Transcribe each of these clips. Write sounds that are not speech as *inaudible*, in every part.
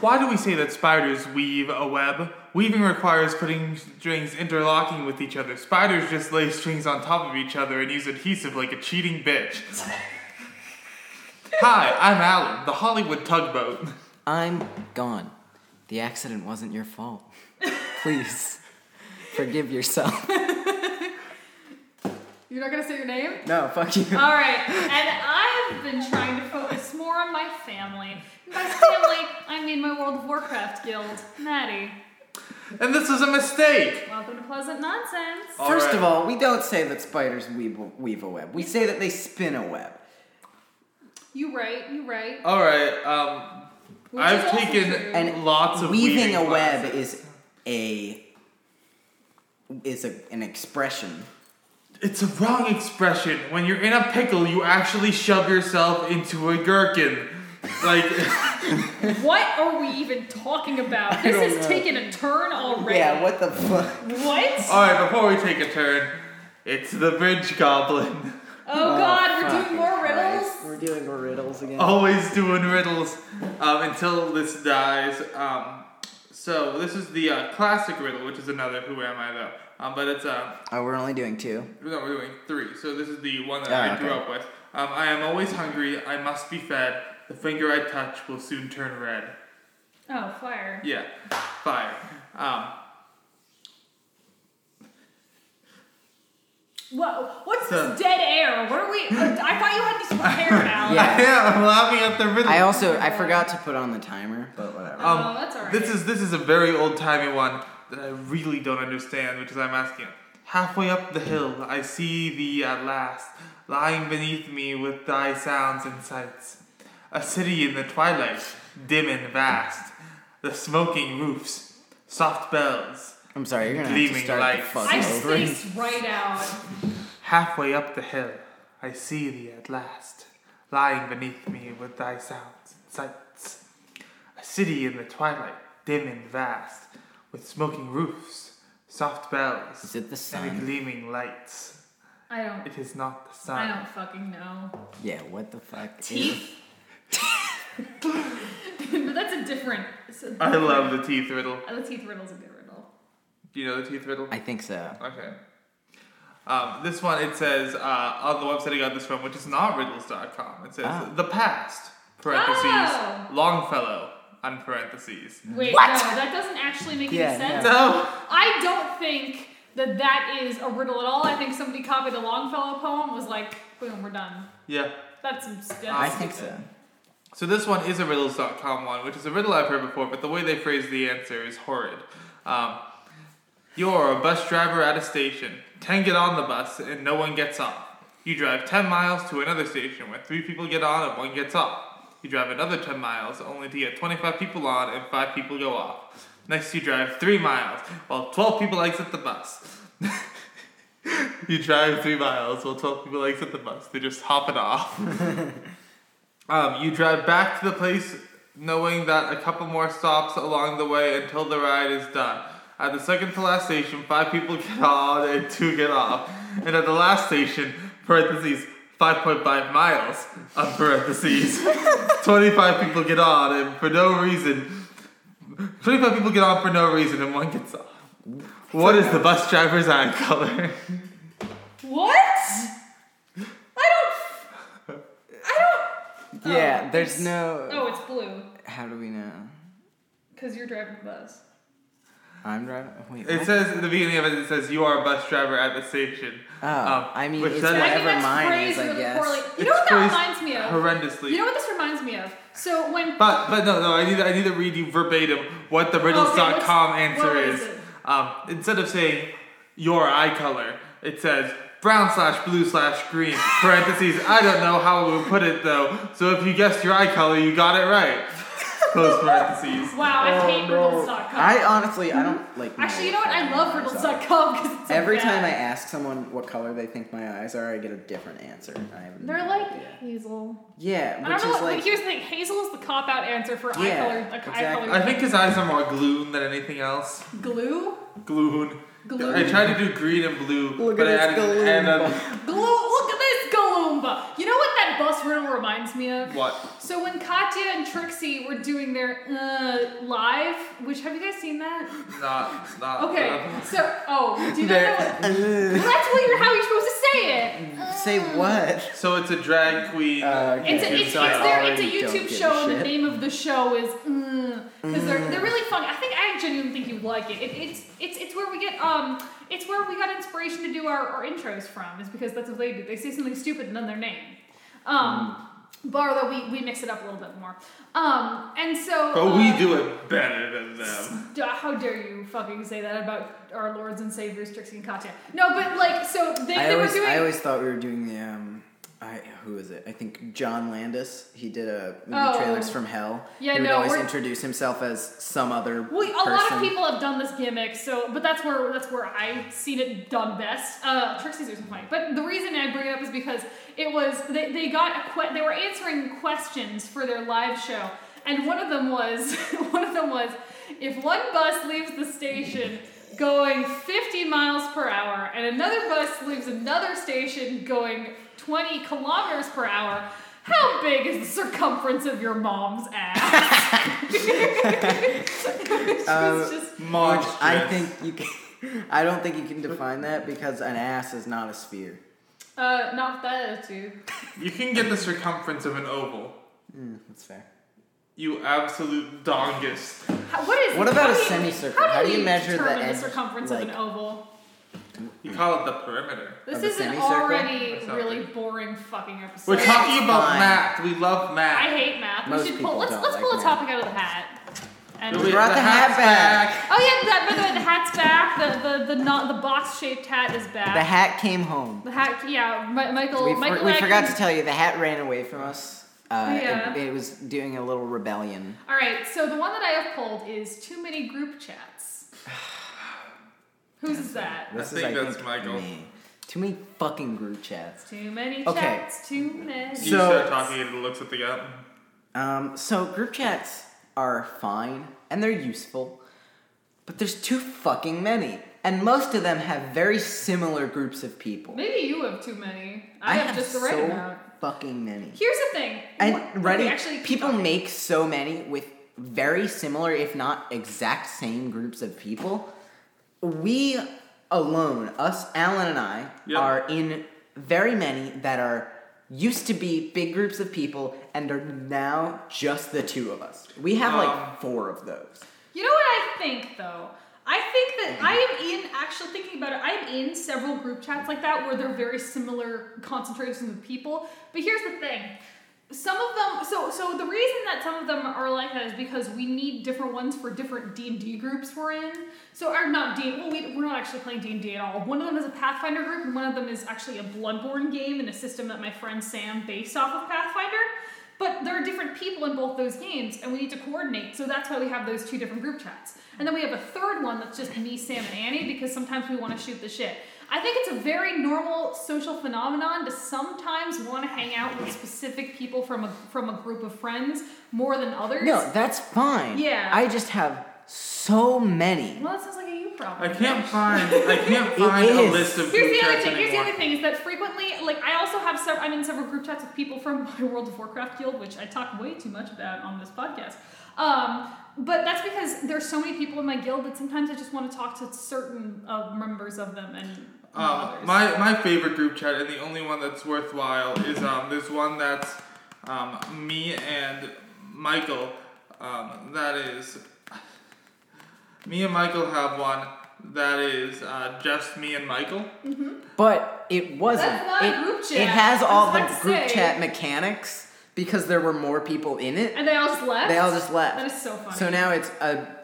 Why do we say that spiders weave a web? Weaving requires putting strings interlocking with each other. Spiders just lay strings on top of each other and use adhesive like a cheating *laughs* bitch. Hi, I'm Alan, the Hollywood tugboat. I'm gone. The accident wasn't your *laughs* fault. Please forgive yourself. You're not gonna say your name? *laughs* No, fuck you. All right, and I've been trying to focus more on my family. By family, I mean my World of Warcraft guild, Maddie. And this is a mistake! Welcome to Pleasant Nonsense. All First right. of all, we don't say that spiders weave, weave a web. We say that they spin a web. You right, you right. Alright, um, Which is I've also taken true. And lots of weaving, a classes. web is a is a, an expression. It's a wrong expression. When you're in a pickle, you actually shove yourself into a gherkin. Like, *laughs* What are we even talking about? This don't has know. taken a turn already. Yeah, what Oh, the fuck? What? alright, before we take a turn, it's the bridge goblin. *laughs* oh god, we're fucking *laughs* doing more riddles? Christ. We're doing more riddles again. Always doing riddles um, until this dies. Um, so, this is the uh, classic riddle, which is another Who Am I Though? Um, but it's, um, Oh, we're only doing two. no, we're doing three. So, this is the one that Ah, I grew okay. up with. Um, I am always hungry. I must be fed. The finger I touch will soon turn red. Oh, fire. Yeah, fire. Um, *laughs* Whoa, what's So- this dead air? What are we? I thought *laughs* you had these prepared now. Yeah. yeah, *laughs* I'm laughing at the riddle. I also I forgot to put on the timer, but whatever. Um, Oh, that's alright. This is this is a very old timey one that I really don't understand, which is I'm asking. Halfway up the hill, I see thee at last, lying beneath me with thy sounds and sights. A city in the twilight, dim and vast. The smoking roofs, soft bells. I'm sorry, you're gonna have to Gleaming start lights. the fuck I over. spaced right out. Halfway up the hill, I see thee at last, lying beneath me with thy sounds and sights. A city in the twilight, dim and vast, with smoking roofs, soft bells, Is it the and sun? gleaming lights. I don't. It is not the sun. I don't fucking know. Yeah, what the fuck? is- Teeth. *laughs* but that's a different. it's a- I love the teeth riddle. Oh, the teeth riddle's a good riddle. Do you know the teeth riddle? I think so. Okay. Um, this one, it says uh, on the website I got this from, which is not riddles.com. It says, Ah. the past, parentheses, Oh. Longfellow, on parentheses. Wait, What? no, that doesn't actually make Yeah, any sense. no. So, I don't think that that is a riddle at all. I think somebody copied a Longfellow poem, was like, boom, we're done. yeah. That's some stuff. I think so. So this one is a riddles.com one, which is a riddle I've heard before, but the way they phrase the answer is horrid. Um, you're a bus driver at a station. Ten get on the bus and no one gets off. You drive ten miles to another station where three people get on and one gets off. You drive another ten miles only to get 25 people on and five people go off. Next you drive three miles while 12 people exit the bus. *laughs* you drive three miles while 12 people exit the bus. They just hop it off. Um, you drive back to the place knowing that a couple more stops along the way until the ride is done. At the second to last station, five people get on and *laughs* two get off. And at the last station, parentheses, 5.5 miles, um, parentheses, 25 people get on and for no reason, 25 people get on for no reason and one gets off. What is the bus driver's eye color? What? I don't. I don't. Yeah, oh, there's it's- no. Oh, it's blue. How do we know? Because you're driving the bus. I'm driving. Wait, It what? says at the beginning of it, it says you are a bus driver at the station. Oh, I mean, which it's says- I think Whatever that's mine is, crazy. I with the guess. correlate- You It's know what that crazy- reminds me of? horrendously. You know what this reminds me of? So when but but no no I need I need to read you verbatim what the riddles.com what's- answer what is. is it? Um, instead of saying your eye color, it says brown slash blue slash green parentheses. I don't know how we would put it though. So if you guessed your eye color, you got it *laughs* right. Close parentheses. wow, I hate riddles.com. Oh, I honestly, I don't like. Mm-hmm. Actually, you know what? I love riddles.com. riddles.com because it's so Every bad. time I ask someone what color they think my eyes are, I get a different answer. I have no They're like idea. hazel. yeah, I which don't know. is What, like here's the thing: hazel is the cop out answer for Yeah, eye color. Like, eye exactly. color. I think his eyes are more gloon than anything else. glue, Gloon. glue, I tried to do green and blue, Look but I at added this an Galoomba. and a glue. Look at this Galoomba. You know what that bus else Riddle reminds me of? What? So when Katya and Trixie were doing their uh, live, which have you guys seen that? Not, not. Okay, uh, so oh, do you not know? There- *laughs* What, well, that's what you're, how you're supposed to say it. Say what? so it's a drag queen. Uh, okay. It's a, it's, it's, I their, it's a already don't YouTube give a show, and the shit. name of the show is because they're they're really fun. I think I genuinely think you like it. it. It's it's it's where we get um it's where we got inspiration to do our, our intros from is because that's what they do. They say something stupid and then their name. Um, bar though we, we mix it up a little bit more. Um, and so but we uh, do it better than them. D- How dare you fucking say that about our lords and saviors, Trixie and Katya? No, but like, so they, I they always, were doing. I always thought we were doing the um, I who is it? I think John Landis. He did a movie Oh. trailers from hell. Yeah, he would no, always we're- introduce himself as some other we, a person. lot of people have done this gimmick, so but that's where that's where I've seen it done best. Uh, Trixie's was funny, but the reason I bring it up is because it was they, they got a que- they were answering questions for their live show, and one of them was *laughs* one of them was if one bus leaves the station going 50 miles per hour and another bus leaves another station going 20 kilometers per hour, how big is the circumference of your mom's ass? *laughs* It was just- Monstrous. I think you can. *laughs* I don't think you can define that because an ass is not a sphere. Uh, not that attitude. you can get the circumference of an oval. That's fair. You absolute dongus. How, what is? What about how a do you- semicircle? How do, How do you we measure the determine edge, circumference of an like- oval? You call it the perimeter. This of a is an semicircle? Or already something. really boring fucking episode. We're talking about Fine. math. We love math. I hate math. Most we should pull. people Let's don't let's like pull a math. topic out of the hat. And We oh We yeah, brought the hat hat's back. that, by the way, the hat's back. The the the not the box shaped hat is back. The hat came home. The hat. Yeah, Mi- Michael. We, for- Michael. we Atkins- forgot to tell you the hat ran away from us. Uh, Yeah. it, it was doing a little rebellion. All right. So the one that I have pulled is too many group chats. *sighs* Whose is that? This think is, I that's think, Michael. me. Too many fucking group chats. Too many Okay. chats. Too many. You So- start talking and it looks at the gap. Um, so group chats are fine and they're useful, but there's too fucking many, and most of them have very similar groups of people. Maybe you have too many. I, have, just the right so amount. fucking many. Here's the thing. And ready, Okay, actually, people make so many with very similar, if not exact same groups of people. We alone, us, Alan and I, Yeah. are in very many that are used to be big groups of people and are now just the two of us. We have Um, like four of those. You know what I think though? I think that Mm-hmm. I am in actually thinking about it. I am in several group chats like that where they're very similar concentrations of people. But here's the thing. Some of them so so the reason that some of them are like that is because we need different ones for different D&D groups we're in. So are not D well we, we're not actually playing D&D at all. One of them is a Pathfinder group and one of them is actually a Bloodborne game and a system that my friend Sam based off of Pathfinder. But there are different people in both those games, and we need to coordinate. So that's why we have those two different group chats. And then we have a third one that's just me, Sam, and Annie because sometimes we want to shoot the shit. I think it's a very normal social phenomenon to sometimes want to hang out with specific people from a from a group of friends more than others. No, that's fine. Yeah. I just have so many. Well, that sounds like a you problem. I can't find. I can't find a is. list of Here's group the other chats thing. Here's the anymore. other thing is that frequently, like, I also have several. I'm in several group chats with people from *laughs* my World of Warcraft guild, which I talk way too much about on this podcast. Um, but that's because there's so many people in my guild that sometimes I just want to talk to certain uh, members of them and Uh, not Um, others. my my favorite group chat and the only one that's worthwhile is um there's one that's um me and Michael um that is me and Michael have one that is uh, just me and Michael. But it wasn't. That's not it, a group chat. it has I all was the about to group say. chat mechanics because there were more people in it. and they all just *laughs* left. They all just left. That is so funny. So now it's a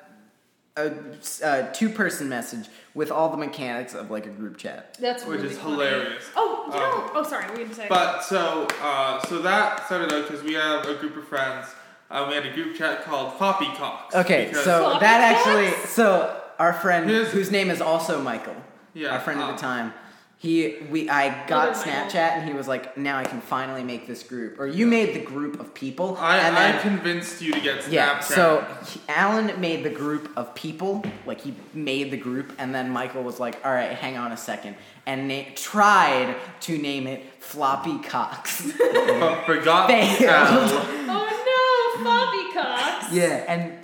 a, a two person message with all the mechanics of like a group chat. that's Which really is funny. hilarious. Oh, you Um, know. Oh, sorry. We didn't say. But so uh, so that started out because we have a group of friends. Uh, we had a group chat called Poppycocks. Okay, because- so Floppy that actually cats? so our friend Here's- whose name is also Michael, Yeah, our friend um, at the time, He we I got Other Michael. Snapchat and he was like, now I can finally make this group. Or you made the group of people. I, and then, I convinced you to get Snapchat. yeah. So he- Alan made the group of people, like he made the group, and then Michael was like, "All right, hang on a second, and na- tried to name it Floppy *laughs* Cox. but forgot *laughs* Failed. the L. Oh no, Floppy Cox. yeah, *laughs* and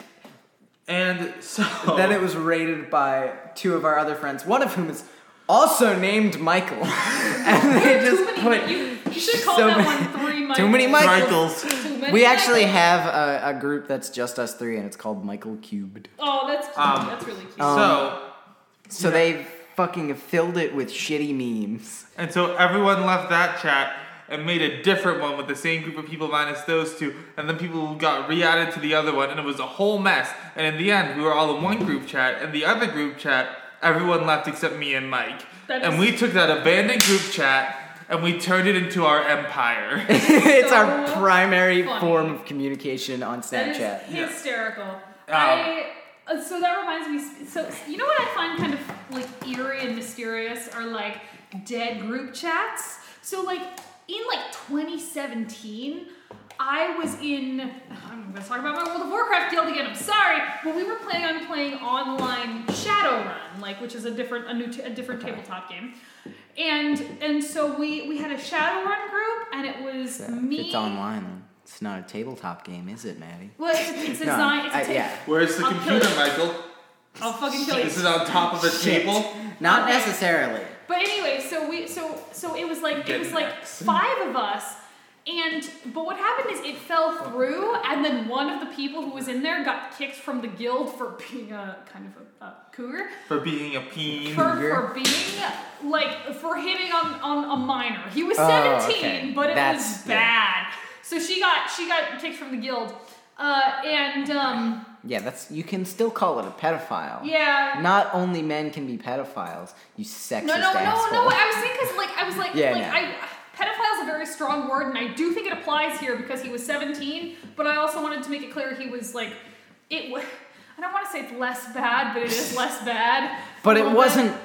And so then it was raided by two of our other friends, one of whom is also named Michael, *laughs* and *laughs* they Too just many- put. you, you should call so that many- one three Michaels. Too many Michaels. Too many We actually Michaels. have a, a group that's just us three, and it's called Michael Cubed. Oh, that's cute. Um, that's really cute. so So they fucking filled it with shitty memes. And so everyone left that chat and made a different one with the same group of people minus those two. And then people got re added to the other one, and it was a whole mess. And in the end, we were all in one group chat, and the other group chat, everyone left except me and Mike. That and is- we took that abandoned group chat and we turned it into our empire. *laughs* it's our So primary funny. form of communication on That is Snapchat. Yeah. Um, hysterical. I uh, so that reminds me. So you know what I find kind of like eerie and mysterious are like dead group chats. So like in like 2017, I was in. *sighs* I'm going to talk about my World of Warcraft guild again. I'm sorry, but we were planning on playing online Shadowrun, like which is a different a new t- a different tabletop game. And and so we we had a Shadowrun group, and it was me. It's online. It's not a tabletop game, is it, Maddie? Well, it's, it's, it's No, design. It's a I- ta- yeah. *laughs* Where's the I'll computer, kill you. Michael? I'll fucking kill you. This is on top of a Shit. table. Not Okay. necessarily. But anyway, so we so so it was like it Get was like next. five of us, and but what happened is it fell through, and then one of the people who was in there got kicked from the guild for *laughs* being a kind of a, a cougar. For being a peen. For, Cougar? for being like for hitting on, on a minor. He was Oh, 17, okay. but it That's- was yeah. bad. So she got she got kicked from the guild. Uh, and um, Yeah, that's you can still call it a pedophile. yeah, Not only men can be pedophiles, you sexist No, no, asshole. no, no. I was saying because like I was like Yeah, like no. I pedophile is a very strong word, and I do think it applies here because he was 17. But I also wanted to make it clear he was like it. wa- I don't want to say it's less bad, but it is less bad. but A it little wasn't. bit.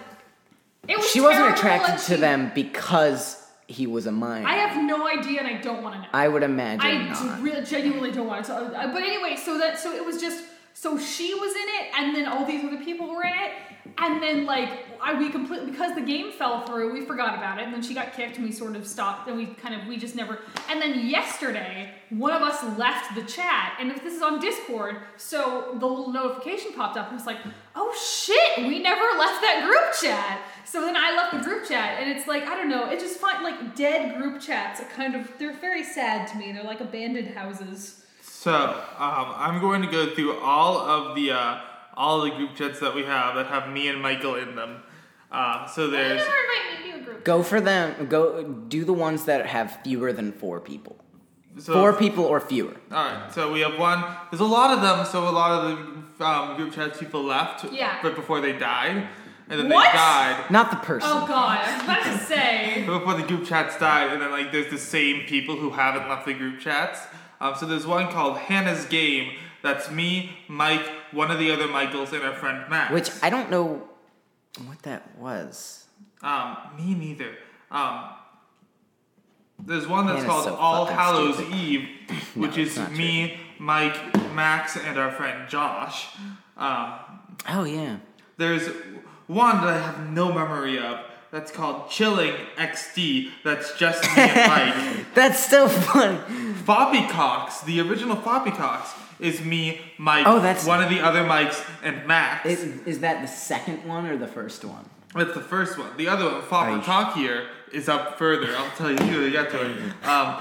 It was She wasn't terrible, attracted and to she- them because he was a minor. I have no idea, and I don't want to know. I would imagine I not. d- really, genuinely don't want to tell. uh, But anyway, so that so it was just so she was in it, and then all these other people were in it, and then like I we completely because the game fell through, we forgot about it, and then she got kicked, and we sort of stopped, and we kind of we just never. And then yesterday, one of us left the chat, and if this is on Discord, so the little notification popped up, and it's like, oh shit, we never left that group chat. So then I left the group chat, and it's like I don't know. It's just fun, like dead group chats are kind of they're very sad to me. They're like abandoned houses. So um, I'm going to go through all of the uh, all the group chats that we have that have me and Michael in them. Uh, so You never there's invite me to a group. Go for them. Go do the ones that have fewer than four people. so, four people or fewer. All right, so we have one. There's a lot of them. So a lot of the um, group chats people left Yeah. right before they died, and then What? they died. Not the person. Oh god, I was about to say. right Before the group chats died, and then like there's the same people who haven't left the group chats. Um, so there's one called Hannah's Game. That's me, Mike, one of the other Michaels, and our friend Max. Which I don't know what that was. Um, me neither. Um, there's one that's Man, it's called so All fucking Hallows stupid. *clears throat* Eve, which it's is not me, Mike, Max, and our friend Josh. Um, Oh yeah. there's one that I have no memory of. That's called Chilling XD. That's just me *laughs* and Mike. That's so funny. Foppy Cox, the original Foppy Cox, is me, Mike, Oh, that's- one of the other Mikes, and Max. Is, is that the second one or the first one? That's the first one. The other one, Are you- Fapa Talk here, is up further. I'll tell you when we get to it. Um,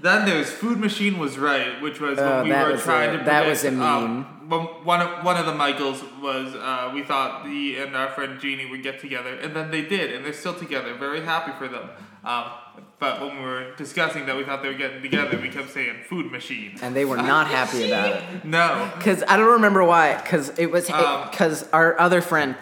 then there's Food Machine was right, which was Oh, when we that were was trying a- to that was a predict, meme. Um, one- one of one of the Michaels was uh, we thought he and our friend Jeannie would get together, and then they did, and they're still together. Very happy for them. Um, but when we were discussing that we thought they were getting together, we kept saying Food Machine. And they were not happy about it. No, Cause I don't remember why. Cause it was Um, because our other friend.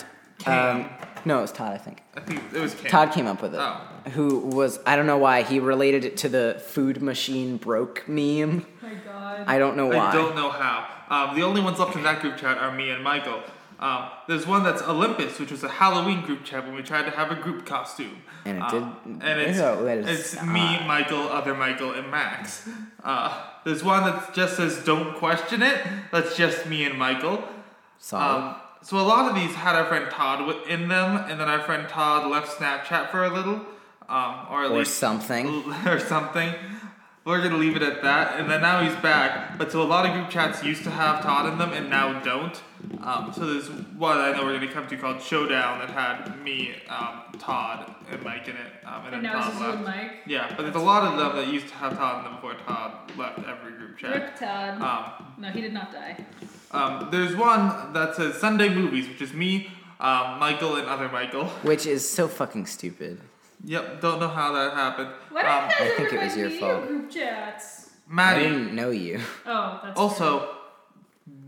Um, Cam. no, it was Todd. I think I think it was Cam. Todd came up with it. Oh. Who was I don't know why he related it to the food machine broke meme. Oh my god. I don't know why. I don't know how. Um, the only ones left in that group chat are me and Michael. Um, there's one that's Olympus, which was a Halloween group chat when we tried to have a group costume. And it Um, did- and it's, no, it is it's Uh. me, Michael, other Michael, and Max. Uh, there's one that just says "Don't question it." That's just me and Michael. Solid. Um, so a lot of these had our friend Todd wi- in them, and then our friend Todd left Snapchat for a little, um, or at or least something. *laughs* or something. We're gonna leave it at that, and then now he's back. But so a lot of group chats used to have Todd in them, and now don't. Um, so there's one I know we're gonna come to called Showdown that had me, um, Todd, and Mike in it, um, and, And then now it's Todd just you left. and Mike. Yeah, but there's a lot of them that used to have Todd in them before Todd left every group chat. Rip Todd. Um, no, he did not die. um, there's one that says Sunday movies, which is me, um, Michael, and other Michael. *laughs* Which is so fucking stupid. Yep, don't know how that happened. Why do Um, not you guys I think ever it was invite your me to fault. group chats? I Maddie. didn't know you. Oh, that's true. Also,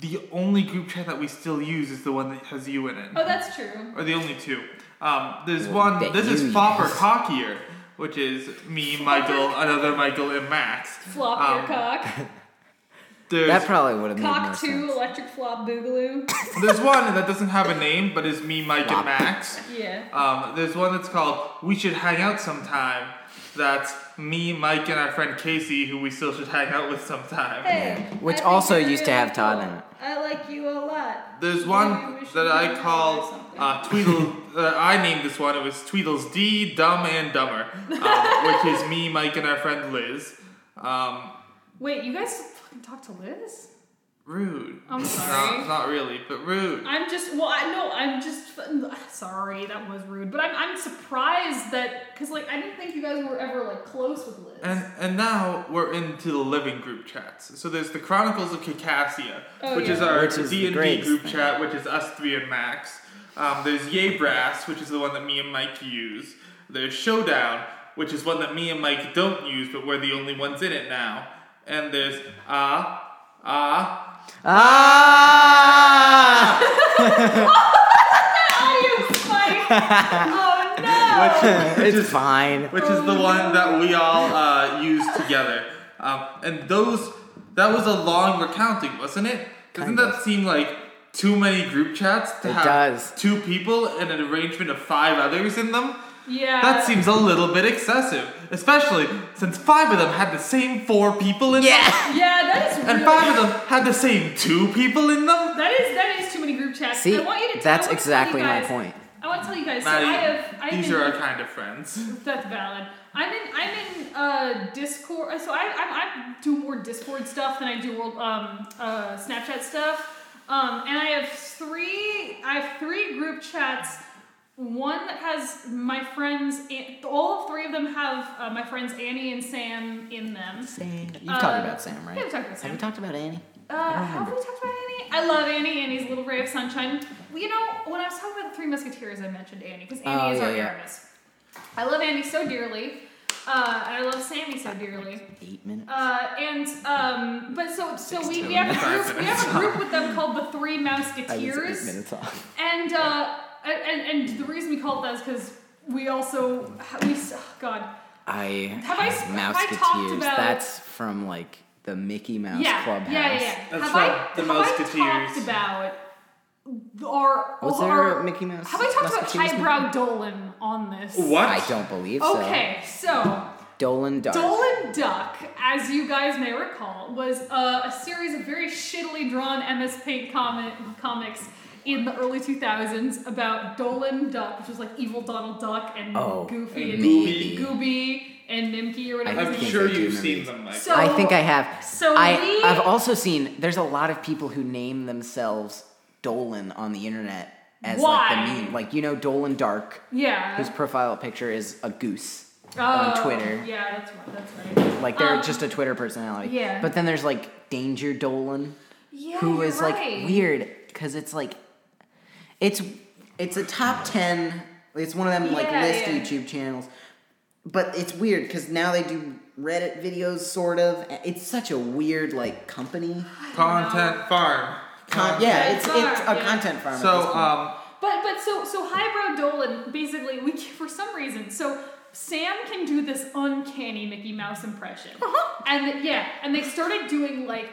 the only group chat that we still use is the one that has you in it, Oh, that's true. or the only two. Um, there's Well, one. that This is you Fopper use. Cockier, which is me, Michael, another Michael, and Max. Flop Um, your cock. There's That probably would have *laughs* made more Cock two, sense. electric flop boogaloo. *laughs* there's one that doesn't have a name, but is me, Mike, and Flop. Max. yeah. Um, there's one that's called "We Should Hang Out Sometime." That's me, Mike, and our friend Casey, who we still should hang out with sometime. Hey. Which I think also you're used to have really Todd in cool. it. I like you a lot. There's Maybe one we should that do I that or call something. uh, *laughs* Tweedle. uh, I named this one. It was Tweedle's D, Dumb and *laughs* Dumber, uh, which is me, Mike, and our friend Liz. Um, Wait, you guys fucking talk to Liz? rude. I'm sorry. Not, not really, but rude. I'm just well, I no, I'm just sorry that was rude, but I'm I'm surprised that because like I didn't think you guys were ever like close with Liz. *laughs* And and now we're into the living group chats. So there's the Chronicles of Cacassia, Oh, which yeah. is our Which is the D and D Greg's group thing. chat, which is us three and Max. Um, there's Yay Brass, which is the one that me and Mike use. There's Showdown, which is one that me and Mike don't use, but we're the only ones in it now. And there's Ah Ah. Ah! *laughs* audio spike. oh no! it's fine. which is the one that we all uh, used together. Um, and those, that was a long recounting, wasn't it? Doesn't Kinda. that seem like too many group chats to It have does. two people and an arrangement of five others in them? Yeah. That seems a little bit excessive, especially since five of them had the same four people in them, Yeah. yeah, that is really, and five of them had the same two people in them. That is that is too many group chats. See, I want you to that's I want to tell exactly you my guys- point. I want to tell you guys. Maddie, so I have. I've these been, are our kind of friends. That's valid. I'm in. I'm in uh, Discord. So I, I I do more Discord stuff than I do world um uh, Snapchat stuff. Um, and I have three. I have three group chats. One that has my friends. and- All three of them have uh, my friends Annie and Sam in them. You've Uh, talked about Sam, right? yeah, we talked about Sam. Have we talked about Annie? Uh, don't have we talked about Annie? I love Annie. Annie's a little ray of sunshine. Well, you know, when I was talking about the Three Musketeers, I mentioned Annie because Annie Oh, is yeah, our yeah. Aramis. I love Annie so dearly, uh, and I love Sammy so dearly. Eight minutes. Uh, and um, but so so we, we have a minutes. group we have a group with them called the Three *laughs* I was eight Musketeers, minutes off. and uh, and and the reason we call it that is because we also we oh, God I Have I- have I talked Mouseketeers. about- That's from like the Mickey Mouse yeah, Clubhouse. Yeah, yeah, yeah. That's have right, I, the have I Musketeers. talked about our, Was there our a Mickey Mouse Have I talked about Musketeers movie? highbrow Dolan on this? What? I don't believe so. Okay, so Dolan Dark. Dolan Duck, as you guys may recall, was uh, a series of very shittily drawn MS Paint comic- comics in the early 2000s about Dolan Duck, which was like evil Donald Duck and Oh, Goofy and and, Gooby. Gooby and Nimky or whatever. I his I'm name think sure I do you've remember seen these. them, Mike. So- I think I have. so I, we- I've also seen. There's a lot of people who name themselves Dolan on the internet as like Why? the meme. Like you know Dolan Dark, Yeah. whose profile picture is a goose Oh, on Twitter. Yeah, that's right. That's right. Like they're Um, just a Twitter personality. yeah. But then there's like Danger Dolan, Yeah, who you're is right. like weird because it's like, it's it's a top ten. It's one of them like Yeah, list yeah. YouTube channels, but it's weird because now they do Reddit videos sort of. It's such a weird like company. uh, Content farm. Um, Con- yeah, it's Content it's a farm, yeah. content farm. at this So point. um. But but so so highbrow Dolan basically we *laughs* can- for some reason so Sam can Uh-huh. do this uncanny Mickey Mouse impression and yeah and they started doing like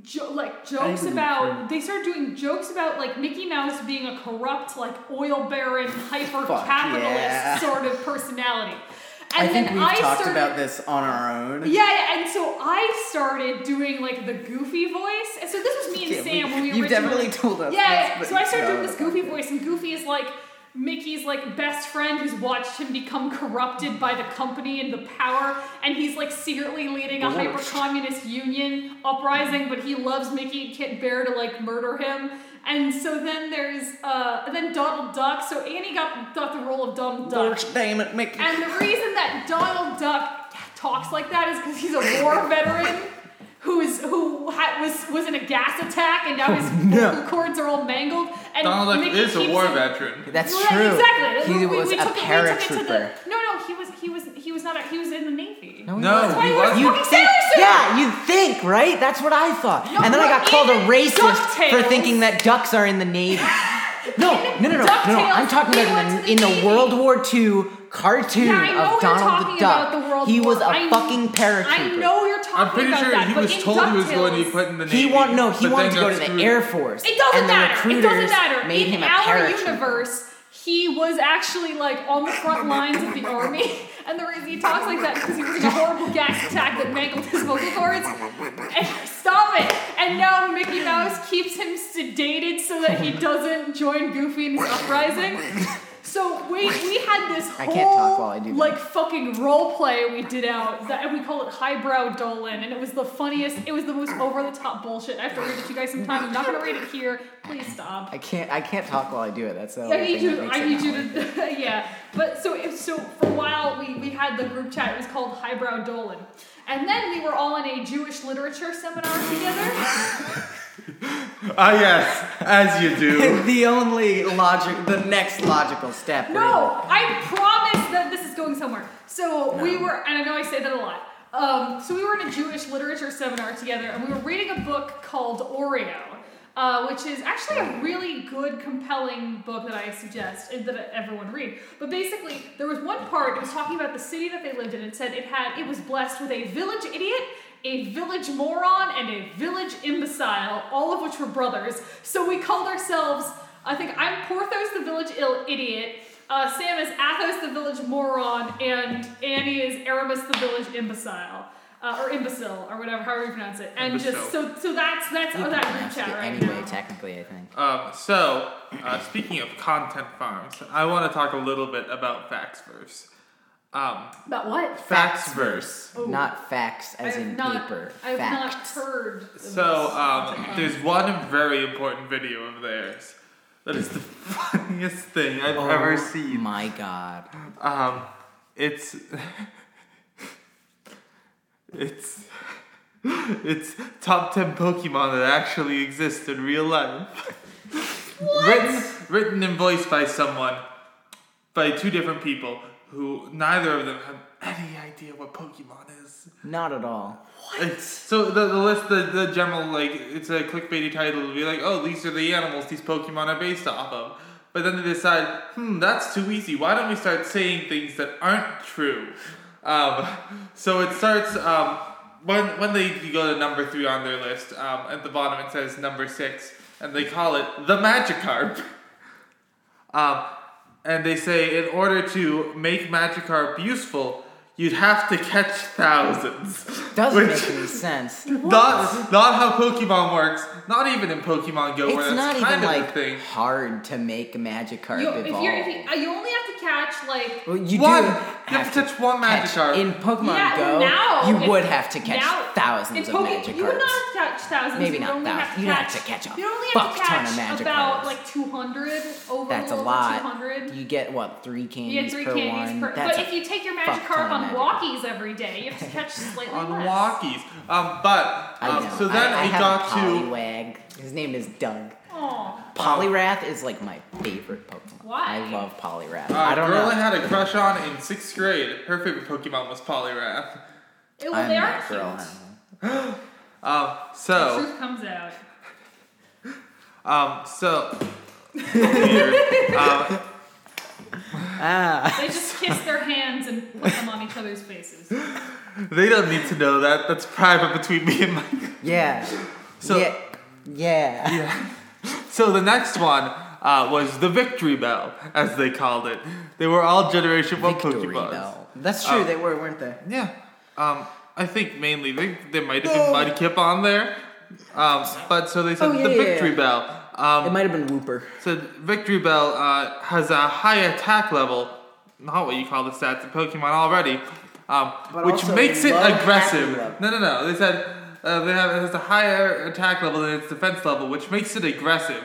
jo- like I jokes would about they started doing jokes about like Mickey Mouse being a corrupt, like oil baron, hyper capitalist yeah. sort of personality. I And think then we've I talked started, about this on our own. Yeah, yeah, and so I started doing like the goofy voice. And so this was me *laughs* and Yeah, we- Sam when we you've were definitely told us this, Yeah, yeah. but so I you started know doing this about goofy it. voice, and Goofy is like Mickey's like best friend who's watched him become corrupted by the company and the power, and he's like secretly leading a Lord. *laughs* hyper communist union uprising, but he loves Mickey and can't bear to like murder him. And so then there's uh and then Donald Duck. So Annie got got the role of Donald Duck. Lord damn it, Mickey. And the reason that Donald Duck talks like that is because he's *laughs* a war veteran who is who ha- was was in a gas attack and now *laughs* his no. vocal cords are all mangled. And Donald Duck Mickey is a keeps war him- veteran. That's Right, true. Exactly. He we, was we a took it- we took it to paratrooper. the, no, no, he was he was he was not. A, he was in the navy. he No, wasn't. That's why he he was wasn't. fucking think, sailor suit. yeah, you think, right? That's what I thought. No, and then I we're got called a in racist for DuckTales. thinking that ducks are in the *laughs* navy. No, no, no, no, no, no. DuckTales, I'm talking we about in went the, to in the the Navy. World War II cartoon Yeah, I know of you're Donald talking the Duck. about the World he was War. a I- fucking paratrooper. I know you're talking I'm pretty about sure that, he but was in told he was going to DuckTales- be put in the navy. He want no. He but wanted then to go got to the screwed. *laughs* air force. It doesn't and the matter. It recruiters doesn't matter. Made In him a our paratrooper. universe, he was actually like on the front lines of the army, *laughs* and the reason he talks like that is because he was in a horrible gas attack that mangled his vocal cords. And stop it! And now Mickey Mouse keeps him sedated so that he doesn't join Goofy in his uprising. So we we had this I whole can't talk while I do that. like fucking role play we did out that and we call it highbrow Dolan and it was the funniest it was the most over the top bullshit. I have to read it to you guys sometime. I'm not gonna read it here. Please stop. I can't. I can't talk while I do it. That's the. I only need thing you. that I makes need it you not like- to. *laughs* Yeah, but so if so, for a while we we had the group chat. It was called Highbrow Dolan, and then we were all in a Jewish literature seminar together. Ah, yes, as you do. *laughs* the only logic. The next logical step. really. No, I promise that this is going somewhere. So we were, and I know I say that a lot. Um, so we were in a Jewish literature seminar together, and we were reading a book called Oreo, uh, which is actually a really good, compelling book that I suggest and that everyone read. But basically, there was one part it was talking about the city that they lived in, and said it had it was blessed with a village idiot. A village moron and a village imbecile, all of which were brothers. So we called ourselves I think I'm Porthos the village Ill idiot. Uh, Sam is Athos the village moron, and Annie is Aramis the village imbecile, uh, or imbecile, or whatever, however you pronounce it. And just so so that's that's You can oh, that group pronounce chat it right anyway, now. technically, I think. *laughs* Um, so, uh, speaking of content farms, I want to talk a little bit about Faxverse. Um, About what? Faxverse. Oh, Not facts I as have in not, paper. I have facts. not heard. of So, this. um, there's one very important video of theirs that is the *laughs* funniest thing I've ever Oh seen. My God. Um, it's *laughs* it's *laughs* it's top ten Pokemon that actually exist in real life. Written written and voiced by someone by two different people who neither of them have any idea what Pokemon is. Not at all. It's- so the, the list, the, the general, like, it's a clickbaity title. It'll be like, oh, these are the animals these Pokemon are based off of. But then they decide, hmm, that's too easy. Why don't we start saying things that aren't true? Um, so it starts, um, when, when they you go to number three on their list, um, at the bottom it says number six, and they call it the Magikarp. *laughs* Um, and they say, in order to make Magikarp useful, you'd have to catch thousands. *laughs* Doesn't Which- make any sense. not not how Pokemon works. Not even in Pokemon Go, where It's that's not kind even of like the thing. hard to make a Magikarp you, if evolve. you're, if you, uh, you only have to catch like well, you one, do you have, have to to catch one catch Magikarp. in Pokemon yeah, Go. now you if- would have to catch now- thousands if of Poke- Magikarps. You would not have catch thousands. Maybe you'd not only Have thousands. to You'd have to catch a you only have fuck to catch ton of about Magikarps. like two hundred over. That's a over lot. 200. You get what three candies You get three per candies one. per. That's But a if you take your fuck ton Magikarp on of walkies every day, you have to catch slightly on less. walkies. Um, but I um, know. so then I, I we have got to a Poliwag. His name is Doug. Aw. Poliwrath is like my favorite Pokemon. Why? I love Poliwrath. uh, I don't girl know. I had a crush on in sixth grade. Her favorite Pokemon was Poliwrath. It, well, I'm they are that cute. girl. Um, The so truth comes out. um, so *laughs* weird. Um, Ah. *laughs* They just kiss their hands and put them on each *laughs* other's faces. they don't need to know that. That's private between me and my. *laughs* Yeah. So yeah. Yeah. Yeah. So the next one uh, was the Victory Bell, as they called it. They were all Generation 1 Victory Pokemons. Bell. That's true, Oh. they were, weren't they? Yeah. Um, I think mainly they, there might have No. been Mudkip on there. Um, but so they said Oh, yeah, the yeah, Victory yeah. Bell. It Um, might have been Whooper. said Victory Bell uh, has a high attack level, not what you call the stats of Pokemon already, um, But which also makes it low attack aggressive. level. No, no, no. They said uh, they have it has a higher attack level than its defense level, which makes it aggressive,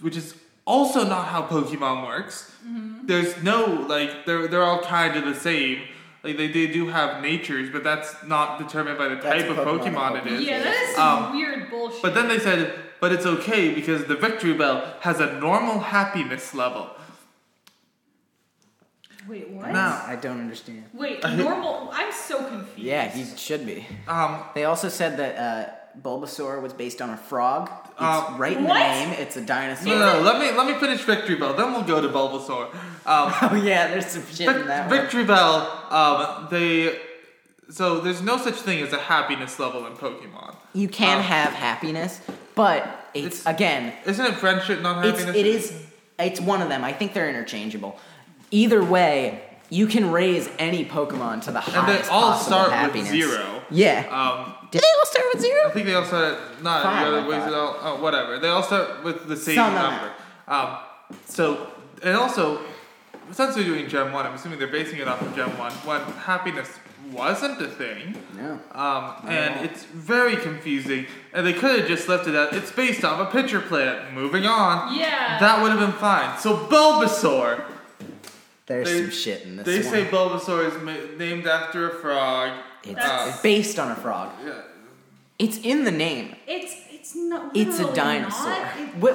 which is also not how Pokemon works. Mm-hmm. There's no like they're they're all kind of the same. Like they, they do have natures, but that's not determined by the That's type a of Pokemon. Pokemon it is. Yeah, that is some Um, weird bullshit. But then they said, but it's okay because the victory bell has a normal happiness level. Wait, what? Now- I don't understand. *laughs* Wait, normal. I'm so confused. Yeah, he should be. Um, They also said that uh, Bulbasaur was based on a frog. It's Uh, right in what? the name. It's a dinosaur. no, no, let me let me finish victory bell, then we'll go to Bulbasaur. Um, *laughs* Oh yeah, there's some shit in that Vic- one. victory bell. Um, they so there's no such thing as a happiness level in Pokemon. You can Um, have happiness, but it's, It's- again, Isn't it friendship, not it's happiness? it is it's one of them. I think they're interchangeable. Either way, you can raise any Pokemon to the highest And they all possible start happiness. with zero. Yeah. Um, Did they all start with I zero? think they all start not Five, the I other ways at thought. all. Oh, whatever. They all start with the same Some of number. Um, so and also, since they're doing Gen One, I'm assuming they're basing it off of Gen One when happiness wasn't a thing. No. Um, No. and it's very confusing. And they could have just left it out. It's based off a pitcher plant. Moving on. Yeah. That would have been fine. So Bulbasaur. There's They- some shit in this They one. say Bulbasaur is ma- named after a frog. it's uh, based on a frog. Yeah. It's in the name. it's it's not. It's a literally dinosaur. Not. It- What,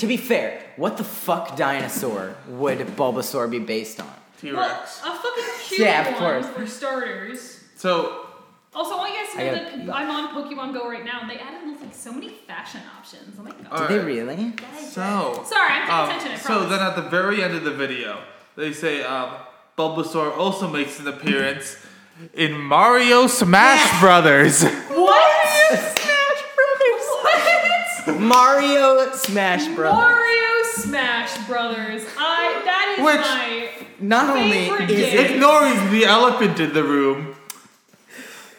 to be fair, what the fuck dinosaur would Bulbasaur be based on? well, T-Rex. a *laughs* fucking cute Yeah, of one course. for starters. so Also, I want you guys to I know gotta pee. that I'm on Pokemon Go right now, and they added like so many fashion options. Oh my god. all Did they right. really? So, Sorry, I'm paying Oh, um, attention. I so promise. *laughs* then at the very end of the video, they say um, Bulbasaur also makes an appearance in Mario Smash *laughs* Brothers. what? Smash Brothers. what? Mario Smash Brothers. Mario Smash Brothers. I that is Which- my Not only Favorite is game. it Ignoring the elephant in the room,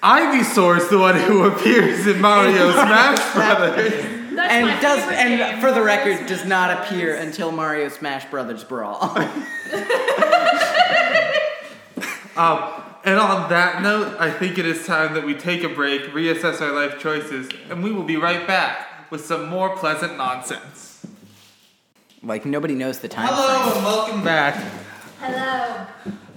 Ivysaur is the one who appears in *laughs* Mario Smash Brothers. that's my and does favorite game, and for the Mario record Smash does not Brothers. appear until Mario Smash Brothers Brawl. *laughs* Um, and on that note, I think it is time that we take a break, reassess our life choices, and we will be right back with some more pleasant nonsense. like nobody knows the time. Hello frame. and welcome back. Hello.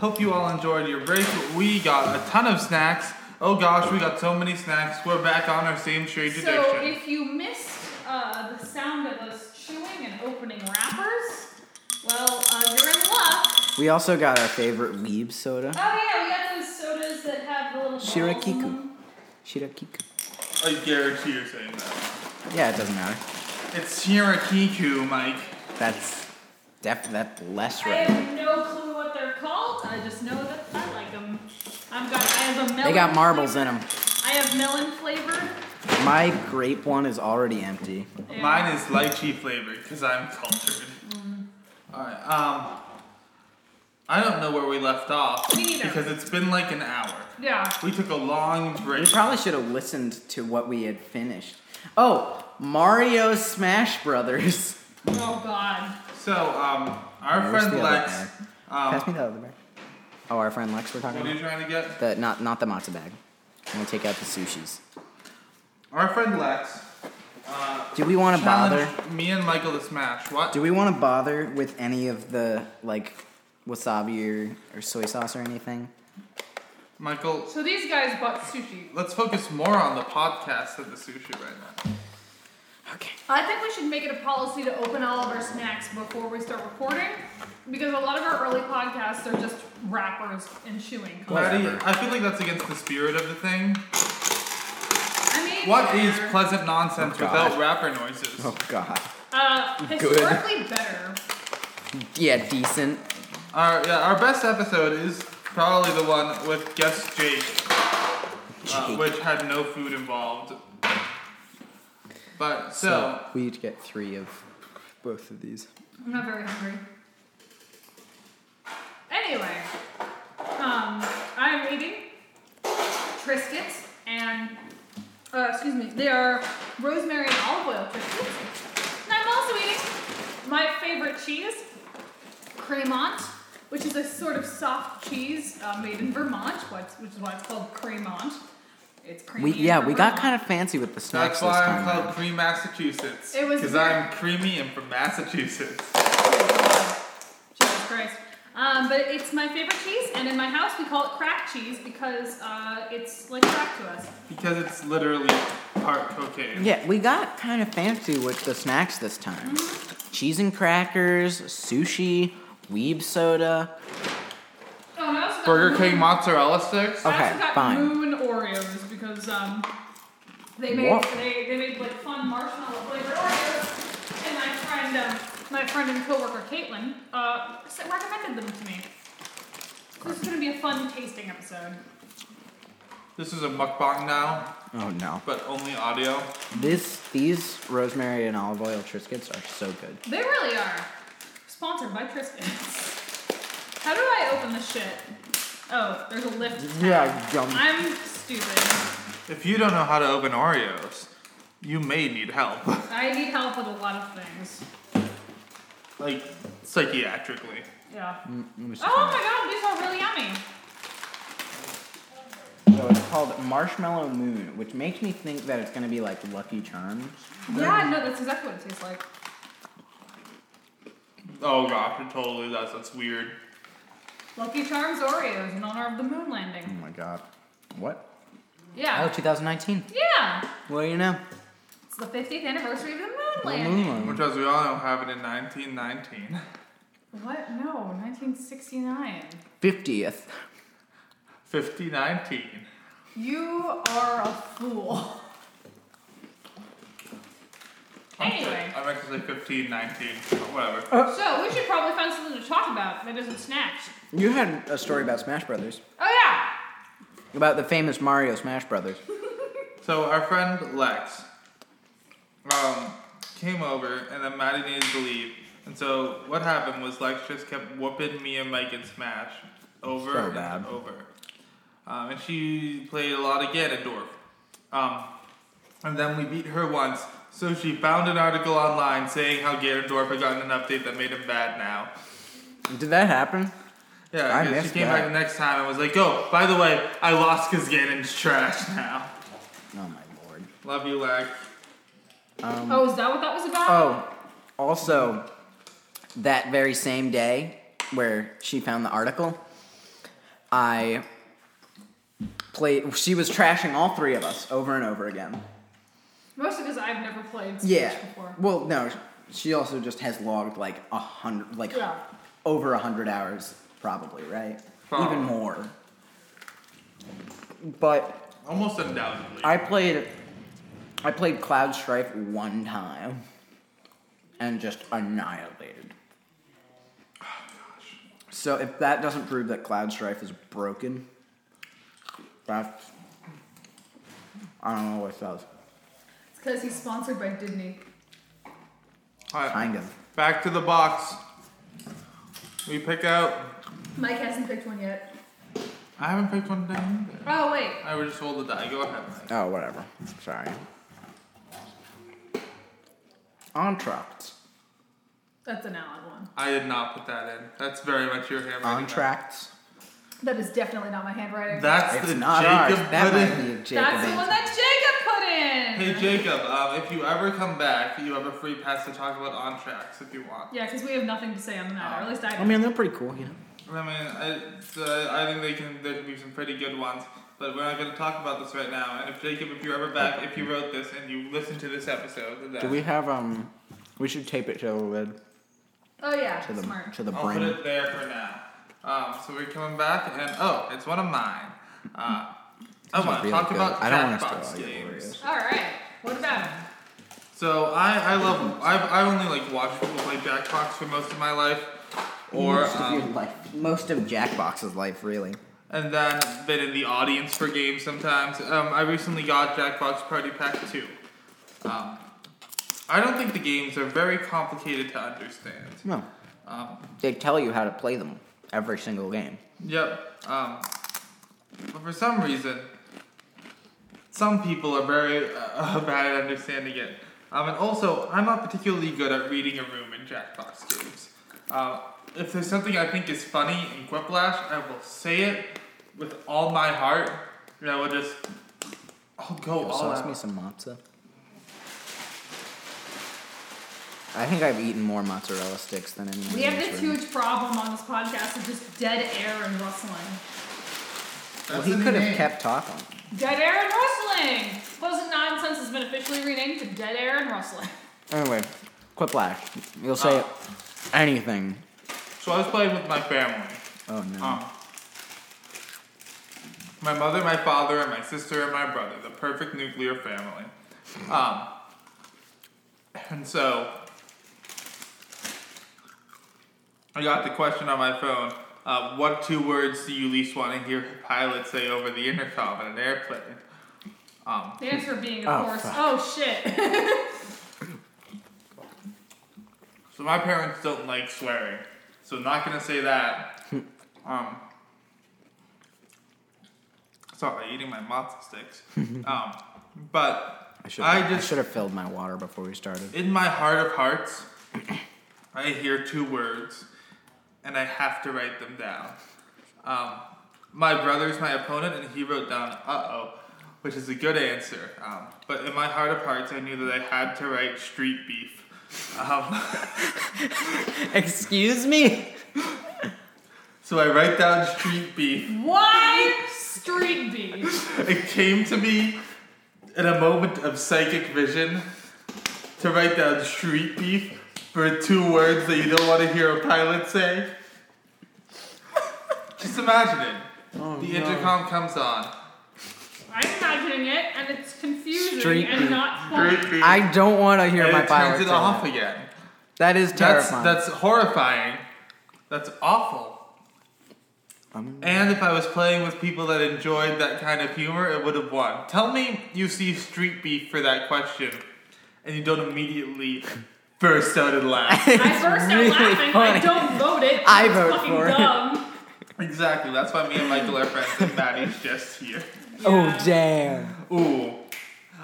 Hope you all enjoyed your break. We got a ton of snacks. Oh gosh, we got so many snacks. We're back on our same strange So addiction. if you missed uh, the sound of us chewing and opening wrappers, well, uh, you're in luck. We also got our favorite weeb soda, Oh yeah, we got those sodas that have the little balls in Shirakiku. them. Shirakiku. I guarantee you're saying that. Yeah, it doesn't matter. It's Shirakiku, Mike. That's def- that's less I right. have no clue what they're called. I just know that I like them. I've got I have a melon. They got marbles in flavored- them. I have melon flavored. My grape one is already empty. Yeah. Mine is lychee flavored because I'm cultured. Mm-hmm. Alright, um. I don't know where we left off Me neither. because it's been like an hour. Yeah. We took a long We break. probably should have listened to what we had finished. Oh, Mario Smash Brothers. Oh god. So, um, our Where's friend the other Lex. bag? Pass me Um, the other bag. Oh, our friend Lex, we're talking what are about you trying to get? the not not the matzo bag. I'm gonna take out the sushis. Our friend Lex. Uh, Do we want to bother? challenged Me and Michael to smash. What? Do we want to bother with any of the like wasabi or, or soy sauce or anything? Michael, So these guys bought sushi. let's focus more on the podcast than the sushi right now. Okay. I think we should make it a policy to open all of our snacks before we start recording because a lot of our early podcasts are just wrappers and chewing. Maddie, Whatever. I feel like that's against the spirit of the thing. I mean, What is yeah. pleasant nonsense Oh, God. without rapper noises? Oh god. uh, historically better? Yeah, decent. Our yeah, our best episode is probably the one with guest Jake, uh, Jake. which had no food involved. But so, we each get three of both of these. I'm not very hungry. Anyway, um, I'm eating Triscuits and, uh, excuse me, they are rosemary and olive oil Triscuits. And I'm also eating my favorite cheese, Cremant, which is a sort of soft cheese uh, made in Vermont, what's- which is why it's called Cremant. It's creamy. We yeah, we got kind of fancy with the that's snacks this why I'm time. called around. Cream Massachusetts. It was because very- I'm creamy and from Massachusetts. Jesus Christ. Um, but it's my favorite cheese, and in my house we call it crack cheese because uh, it's like crack to us. Because it's literally part cocaine. Yeah, we got kind of fancy with the snacks this time. Mm-hmm. Cheese and crackers, sushi, weeb soda. Oh, and I also got Burger moon, King mozzarella sticks. I also Okay, got fine. moon Oreos because um, they made What? they, they made like fun marshmallow flavored Oreos, and my friend um, my friend and coworker Caitlin uh, s- recommended them to me. So this is gonna be a fun tasting episode. This is a mukbang now, Oh no. but only audio. This these rosemary and olive oil triscuits are so good. They really are. Sponsored by Triscuits. How do I open this shit? Oh, there's a lift. tab. Yeah, yum. I'm stupid. If you don't know how to open Oreos, you may need help. *laughs* I need help with a lot of things. like, psychiatrically. Yeah. Let me see. Oh my god, these are really yummy. So it's called marshmallow moon, which makes me think that it's gonna be like Lucky Charms. Yeah, no, that's exactly what it tastes like. Oh gosh, it totally does. That's weird. Lucky Charms Oreos in honor of the moon Oh landing. my god. What? Oh, Yeah. 2019. Yeah. Well, you know, It's the 50th anniversary of the moon landing. moon. Which, as we all know, happened in 1919. What? No, 1969. 50th. 5019. You are a fool. Anyway. I'm actually 1519, but whatever. So we should probably find something to talk about that isn't snacks. You had a story about Smash Brothers, Oh yeah. about the famous Mario Smash Brothers. So our friend Lex um, came over, and then Maddie needed to leave. And so what happened was Lex just kept whooping me and Mike and Smash over So and bad. over. Um, and she played a lot of Ganondorf. Um, and then we beat her once. So she found an article online saying how Ganondorf had gotten an update that made him bad now. Did that happen? Yeah, I and she missed came that. back the next time and was like, "Oh, by the way, I lost because Ganon's trash now. Oh my lord. Love you, Lex." oh, is that what that was about? Oh, also, that very same day where she found the article, I played. She was trashing all three of us over and over again. Most of us I've never played Switch Yeah. before. Well, no, she also just has logged like a hundred, like Yeah. over a hundred hours, probably, right? Probably. Even more. But Almost undoubtedly. I played, I played Cloud Strife one time, and just annihilated. So if that doesn't prove that Cloud Strife is broken, that's I don't know what does. It's because he's sponsored by Disney. All right, Kind of. back to the box. We pick out. Mike hasn't picked one yet. I haven't picked one down either. Oh wait. I would just roll the die. Go ahead. Mike. Oh, whatever. Sorry. Entracts. That's an Alan one. I did not put that in. That's very much your handwriting. Entracts. That is definitely not my handwriting. That's It's the not Jacob ours. That put might in. be a Jacob That's the one answer. that Jacob put in. Hey Jacob, um, if you ever come back, you have a free pass to talk about on tracks if you want. Yeah, because we have nothing to say on the matter. or at least I. I don't. mean, they're pretty cool, you know. I mean, I, uh, I think they can. There can be some pretty good ones, but we're not going to talk about this right now. And if Jacob, if you're ever back, if you wrote this and you listened to this episode, then Do we have um? We should tape it to the lid oh yeah, to the smart. to the I'll put brim. Oh, it there for now. Um, so we're coming back, and oh, it's one of mine. Uh, I These are want to really talk good. about uh, I don't wanna Jackbox steal all your games. Oreos. All right. What about him? So I, I love. I've, I only like watched people play Jackbox for most of my life, or most of um, your life, most of Jackbox's life, really. and then been in the audience for games sometimes. Um, I recently got Jackbox Party Pack 2. Um, I don't think the games are very complicated to understand. No, Um, they tell you how to play them every single game. Yep. Um, but for some reason, some people are very uh, *laughs* bad at understanding it. Um, and also, I'm not particularly good at reading a room in Jackbox games. Um, if there's something I think is funny in Quiplash, I will say it with all my heart, and I will just, I'll go all Sauce out. me some matzah. I think I've eaten more mozzarella sticks than anyone. We have in this room. huge problem on this podcast of just dead air and rustling. Well, That's he the could have name. kept talking. Dead air and rustling! Pleasant Nonsense has been officially renamed to Dead Air and Rustling. *laughs* Anyway, Quiplash. You'll say Oh. anything. So I was playing with my family. Oh no. Um, my mother, my father, and my sister and my brother, the perfect nuclear family. Um, and so I got the question on my phone. Uh, what two words do you least want to hear a pilot say over the intercom in an airplane? Um, The answer being, Oh, of course, fuck. oh shit. so my parents don't like swearing, so I'm not gonna say that. Um, sorry, eating my matzo sticks. um, but I should. I I, just- should have filled my water before we started. *laughs* In my heart of hearts, I hear two words, and I have to write them down. Um, my brother's my opponent, and he wrote down "uh oh," which is a good answer. Um, but in my heart of hearts, I knew that I had to write street beef. Um, *laughs* Excuse me. so I write down street beef. Why street beef? It came to me in a moment of psychic vision to write down street beef for two words that you don't want to hear a pilot say. Just imagine it. *laughs* Oh, Oh, the intercom comes on. I'm imagining it, and it's confusing Street and beef. not Street fun. beef. I don't want to hear and my it pilot. turns it say off that. again. that is That's terrifying. *laughs* that's horrifying. That's awful. Um, And if I was playing with people that enjoyed that kind of humor, it would have won. Tell me you see street beef for that question, and you don't immediately burst out and *laughs* laugh. I burst out really laughing. I funny. don't vote it. I It's vote fucking for it. dumb. exactly. That's why me and Michael are friends, and Maddie's just here. Oh Yeah. damn. Ooh.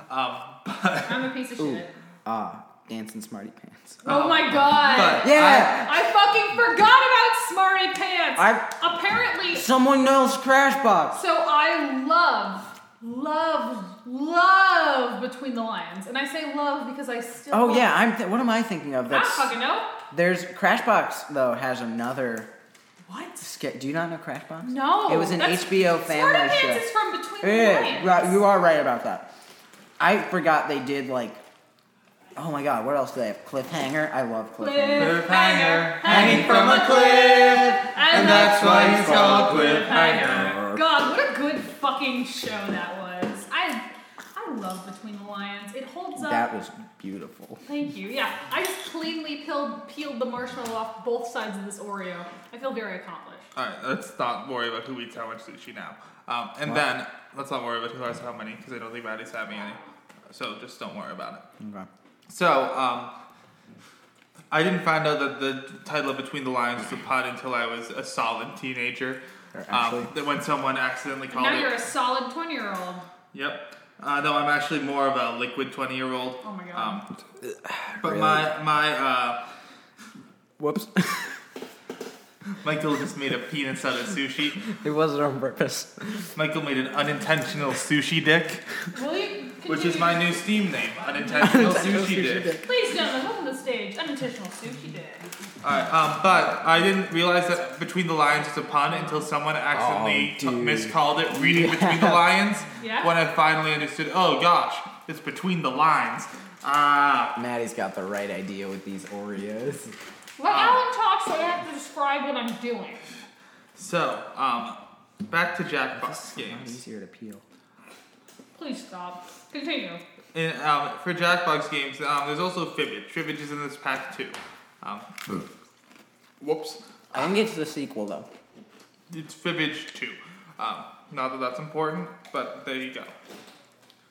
Um, but, I'm a piece of Ooh. shit. Ah, dancing smarty pants. Oh, Um, my god. but Yeah. I fucking forgot about Smarty Pants. I've- Apparently, Someone knows Crash Box. so I love, love, love Between the Lions. And I say love because I still. Oh love- yeah, I'm. Th- what am I thinking of? I don't That's fucking know. there's Crash Box though has another. What? Skit. Do you not know Crash Box? No. It was an that's- HBO Smarty family Pants show. is from Between Yeah, the Eh, Lions. right, you are right about that. I forgot they did like. Oh my god, what else do they have? Cliffhanger. I love cliffhanger. Cliffhanger, hanging from a cliff, and that's why he's called Cliffhanger. God, what a good fucking show that was. I I love Between the Lions. It holds up. That was beautiful. Thank you. Yeah, I just cleanly peeled peeled the marshmallow off both sides of this Oreo. I feel very accomplished. All right, let's not worry about who eats how much sushi now. Um, and then let's not worry about who has how many because I don't think Maddie's having any. So just don't worry about it. Okay. So, um, I didn't find out that the title of Between the Lines was a pun until I was a solid teenager. Or actually- Um, that when someone accidentally And called now it. you're a solid twenty year old. Yep. Uh, no, I'm actually more of a liquid 20 year old. Oh my God. *sighs* Um, but Really? my, my, uh, Whoops. *laughs* Michael just made a penis out of sushi. it wasn't on purpose. Michael made an unintentional sushi dick, Will you continue? which is my new Steam name, Unintentional Sushi Dick. Please, gentlemen, welcome to the stage. Unintentional sushi day. Alright, um, but I didn't realize that Between the Lions was a pun until someone accidentally Oh, dude. miscalled it reading Yeah. Between the Lions Yeah. when I finally understood, oh gosh, it's Between the Lines. Ah. Maddie's got the right idea with these Oreos. Oh. Let Alan talk, so I have to describe what I'm doing. So, um, back to Jackbox games. Easier to peel. Please stop. Continue. And, um, for Jackbox games, um, there's also Fibbage. Fibbage is in this pack too. Um, whoops. I think it's the sequel though. It's Fibbage 2. Um, not that that's important, but there you go.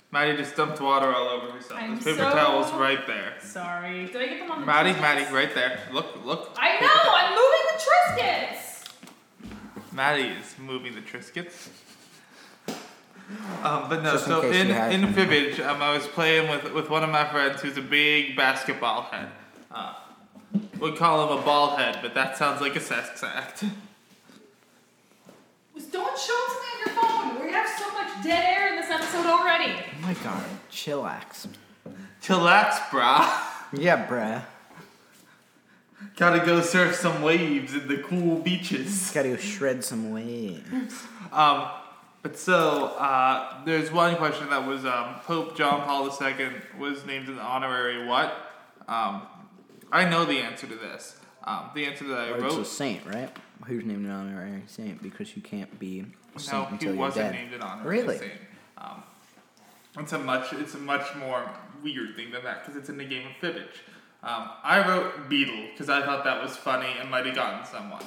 Maddie just dumped water all over herself. I'm There's paper so- towels right there. Sorry. Did I get them on the Maddie, Triscuits? Maddie, right there. Look, look. I know. I'm moving the Triscuits. Maddie is moving the Triscuits. Um, but no, Just in so case in you had- in Fibbage, um, I was playing with, with one of my friends who's a big basketball head. Uh, we call him a ball head, but that sounds like a sex act. *laughs* Don't show something on your phone. We have so much dead air in this episode already. Oh my god, chillax. Chillax, brah. Yeah, bruh. Gotta go surf some waves in the cool beaches. Gotta go shred some weight. Um, but so uh, there's one question that was um, Pope John Paul II was named an honorary what? Um, I know the answer to this. Um, the answer that I Or it's a wrote. saint, right? Who's named an honorary saint? Because you can't be a No, saint he until you're wasn't dead. named an honorary Really? saint. Um, it's a much it's a much more weird thing than that because it's in the game of fibbage. Um, I wrote beetle because I thought that was funny and might have gotten someone.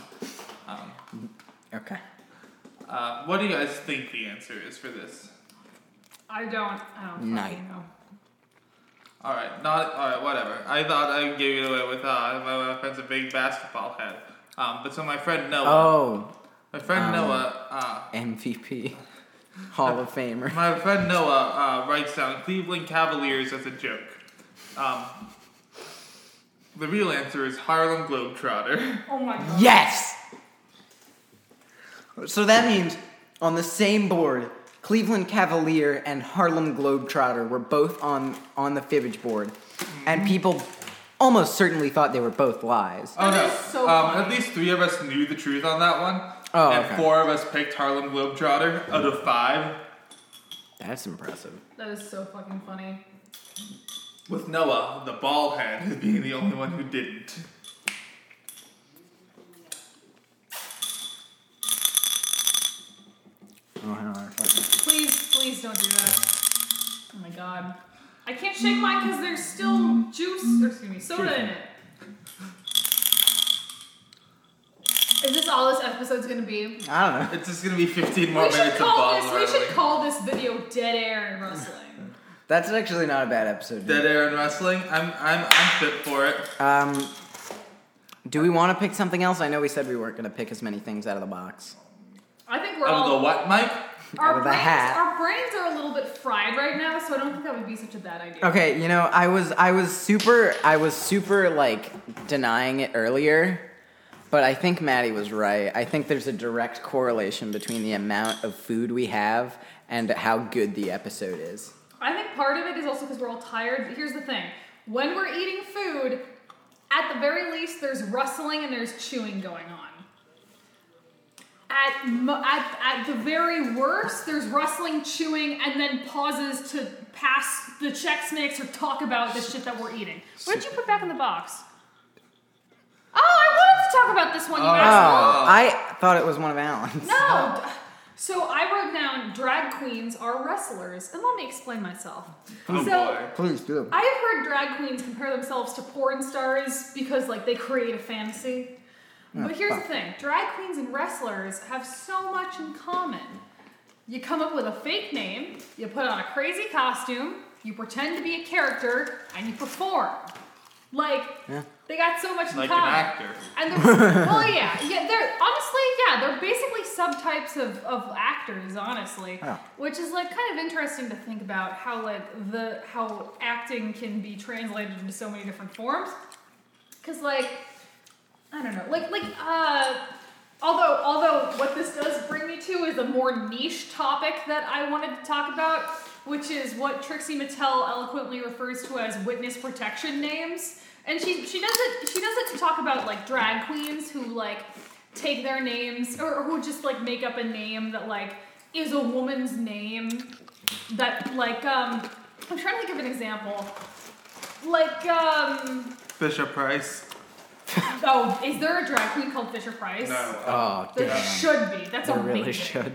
Um, Okay. uh, what do you guys think the answer is for this? I don't. I don't fucking Night. know. All right, not all right. Whatever. I thought I gave it away with uh, my, my friend's a big basketball head. Um, but so my friend Noah, Oh, my friend um, Noah, MVP, *laughs* Hall of uh, Famer. my friend Noah uh, writes down Cleveland Cavaliers as a joke. Um, the real answer is Harlem Globetrotter. Oh my god. Yes. So that means on the same board, Cleveland Cavalier and Harlem Globetrotter were both on on the fibbage board, Mm-hmm. and people almost certainly thought they were both lies. oh That no! is so um, funny. at least three of us knew the truth on that one, Oh, and okay. four of us picked Harlem Globetrotter out of five. That's impressive. That is so fucking funny. With Noah, the ball head, being the only one who didn't. Oh, hang on. Please, please don't do that. Oh my god. I can't shake mine because there's still juice, or excuse me, soda in it. Is this all this episode's gonna be? I don't know. It's just gonna be 15 more We should minutes of call ball this. We should rolling. call this video "Dead Air and Wrestling." That's actually not a bad episode. Dead air and wrestling. I'm I'm I'm fit for it. Um, do we want to pick something else? I know we said we weren't going to pick as many things out of the box. I think we're Out of the all what, Mike? out our of the brains. hat. Our brains are a little bit fried right now, so I don't think that would be such a bad idea. Okay, you know, I was I was super I was super like denying it earlier, but I think Maddie was right. I think there's a direct correlation between the amount of food we have and how good the episode is. I think part of it is also because we're all tired. But here's the thing: when we're eating food, at the very least, there's rustling and there's chewing going on. At, mo- at, at the very worst, there's rustling, chewing, and then pauses to pass the Chex Mix or talk about the shit that we're eating. What did you put back in the box? Oh, I wanted to talk about this one, you Oh. asshole. I thought it was one of Alan's. No. So I wrote down drag queens are wrestlers, and let me explain myf. Oh so boy. *laughs* Please do. I have heard drag queens compare themselves to porn stars because like they create a fantasy. But here's the fuck. thing: drag queens and wrestlers have so much in common. You come up with a fake name, you put on a crazy costume, you pretend to be a character, and you perform. Like Yeah. they got so much in Like an common. actor. And they're well, yeah, yeah. They're honestly, yeah, they're basically subtypes of, of actors, honestly, Yeah. which is like kind of interesting to think about how like the how acting can be translated into so many different forms. Because like, I don't know, like like uh, although although what this does bring me to is a more niche topic that I wanted to talk about, which is what Trixie Mattel eloquently refers to as witness protection names, and she she does it she does it to talk about like drag queens who like take their names or, or who just like make up a name that like is a woman's name that like um I'm trying to think of an example like um Fisher Price. Oh, is there a drag queen called Fisher Price? No. Oh, There damn. should be. That's I a really weird- should.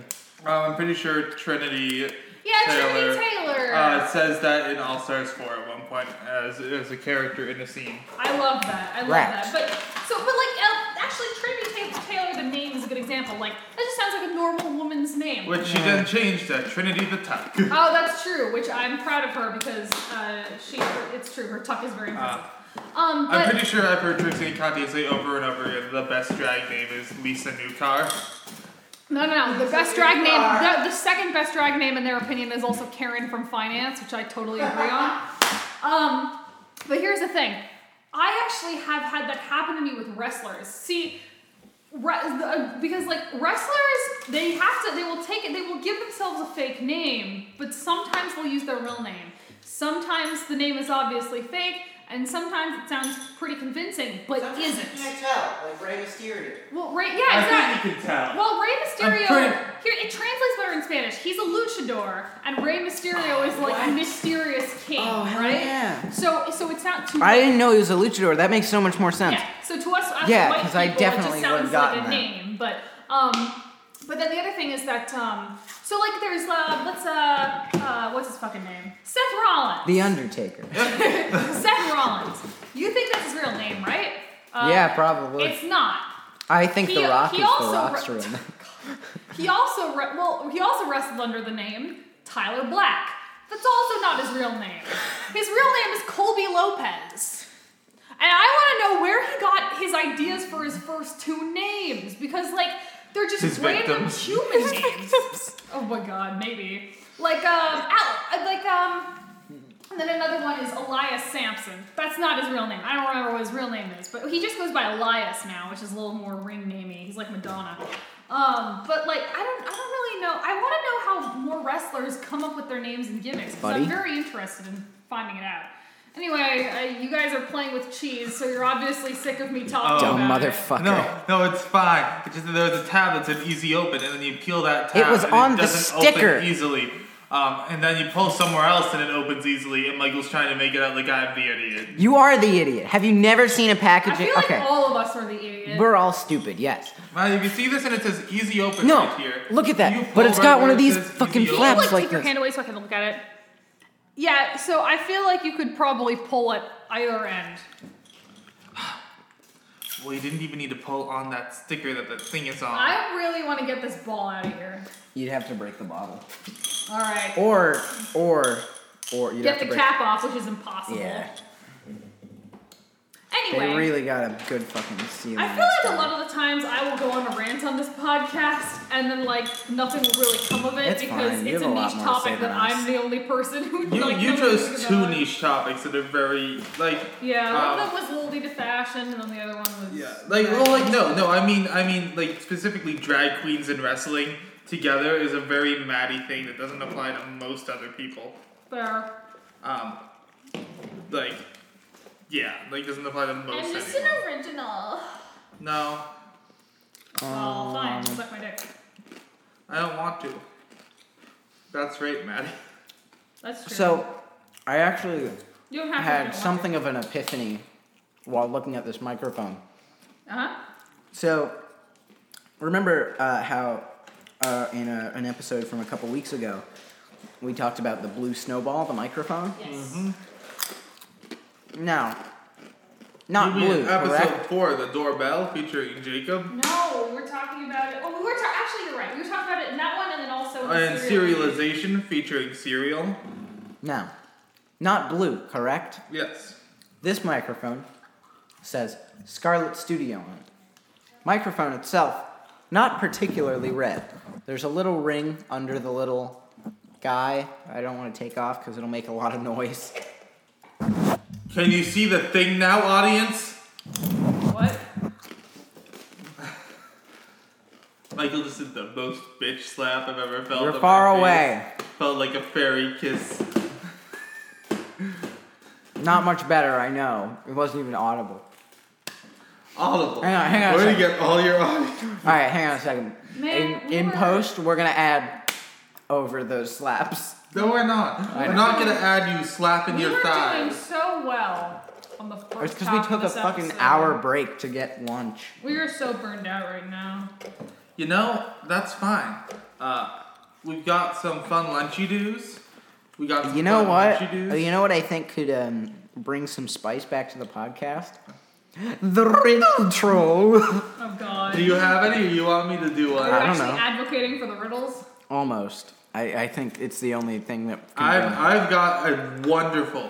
Um, I'm pretty sure Trinity. Yeah, Trinity Taylor. Uh, says that in All Stars 4 at one point as, as a character in a scene. I love that. I love Rat. that. But so, but like, uh, actually, Trinity Ta- Taylor, the name is a good example. Like, that's just sounds like a normal woman's name. Which she then changed to Trinity the Tuck. Oh, that's true. Which I'm proud of her because uh, she. It's true. Her tuck is very impressive. um, Uh, I'm but pretty sure I've heard Trixie and Katya say over and over again the best drag name is Lisa Newcar. no, no, no. The best drag name. The, the second best drag name in their opinion is also Karen from Finance, which I totally agree on. Um, but here's the thing. I actually have had that happen to me with wrestlers. See, Re- uh, because like wrestlers they have to they will take it they will give themselves a fake name but sometimes they'll use their real name sometimes the name is obviously fake and sometimes it sounds pretty convincing but Sometimes You isn't can't tell, like Rey Mysterio. well right yeah I exactly think you can tell. well, Rey Mysterio. pretty- Here, it translates better in Spanish. He's a luchador, and Rey Mysterio is like mysterious king, Oh, hell right? yeah. So, so it's not too. I didn't know he was a luchador. That makes so much more sense. Yeah. So to us, as Yeah, white 'cause I people, definitely it just would've sounds gotten like a that. name, but um, but then the other thing is that um, so like there's uh, let's uh, uh, what's his fucking name? Seth Rollins. The Undertaker. Seth Rollins. You think that's his real name, right? Uh, yeah, probably. It's not. I think he- The Rock he is the also Rock's wrote- real name. He also re- well, he also wrestled under the name Tyler Black. That's also not his real name. His real name is Colby Lopez. And I want to know where he got his ideas for his first two names because like they're just His random victims. human names. Oh my god, maybe. Like um Al- like um and then another one is Elias Sampson. That's not his real name. I don't remember what his real name is, but he just goes by Elias now, which is a little more ring namey. He's like Madonna. Um, but like I don't I don't really know. I want to know how more wrestlers come up with their names and gimmicks. 'cause Buddy? I'm very interested in finding it out. Anyway, uh, you guys are playing with cheese, so you're obviously sick of me talking Dumb about it. motherfucker. Oh, No, no, it's fine. It's just that there's a tab that's an easy open, and then you peel that tab. It was and on the doesn't sticker. Open easily. Um, and then you pull somewhere else, and it opens easily. And Michael's trying to make it out like I'm the idiot. You are the idiot. Have you never seen a I packaging? feel like okay. all of us are the idiots. We're all stupid, yes. Now you can see this, and it says easy open No, right here. look at that. You But pull it's right got where one it of these says fucking easy open. flaps. like, like take your this. hand away so I can look at it. Yeah, so I feel like you could probably pull at either end. Well, you didn't even need to pull on that sticker that the thing is on. I really want to get this ball out of here. You'd have to break the bottle. All right. Or, or, or you'd have Get to the break. cap off, which is impossible. Yeah. Anyway, They really got a good fucking ceiling. I feel like a lot of the times I will go on a rant on this podcast and then like nothing will really come of it It's because fine. You it's a have a lot niche more to say topic that than I'm us. the only person who you like you knows chose anything two about. niche topics that are very like Yeah, um, one of them was Lolita fashion, and then the other one was Yeah, like well, like no, no. I mean, I mean, like specifically drag queens and wrestling together is a very Maddie thing that doesn't apply to most other people. Fair. Um, like, yeah, like doesn't apply to most. I'm just an anyone. original. No, Well, Um, fine, suck my dick. I don't want to. That's right, Maddie. That's true. So, I actually you don't have to had something of an epiphany while looking at this microphone. Uh So, remember uh, how uh, in a, an episode from a couple weeks ago, we talked about the blue snowball, the microphone? Yes. Mm-hmm. No. Not You mean blue, episode Ah, correct? four, the doorbell featuring Jacob No, we're talking about it. Oh, we were ta- actually. You're right. We were talking about it in that one, and then also in and serial. serialization featuring Serial. No. Not blue, correct? Yes. This microphone says Scarlet Studio on it. Microphone itself, not particularly red. There's a little ring under the little guy. I don't want to take off because it'll make a lot of *laughs* noise. Can you see the thing now, audience? What? Michael just did the most bitch slap I've ever felt. You're on far my away. face. Felt like a fairy kiss. Not much better, I know. It wasn't even audible. Audible. Hang on, hang on a Where do you get second. all your audio? All right, hang on a second. Man, in we in were- post, we're gonna add over those slaps. No, we're not. I We're know. not gonna add you slapping We your were doing thighs. so well on the It's first. because we half took of a this fucking episode. hour break to get lunch. We are so burned out right now. You know, that's fine. Uh, we've got some fun lunchy doos. We got some You know fun what? Uh, lunchy doos. You know what I think could um, *gasps* bring some spice back to the podcast? The riddle troll. *laughs* Oh God. one. Do you have any, or you want me to do one? We're I don't actually know. advocating for the riddles. Almost. I, I think it's the only thing that. Can I've, bring- I've got a wonderful.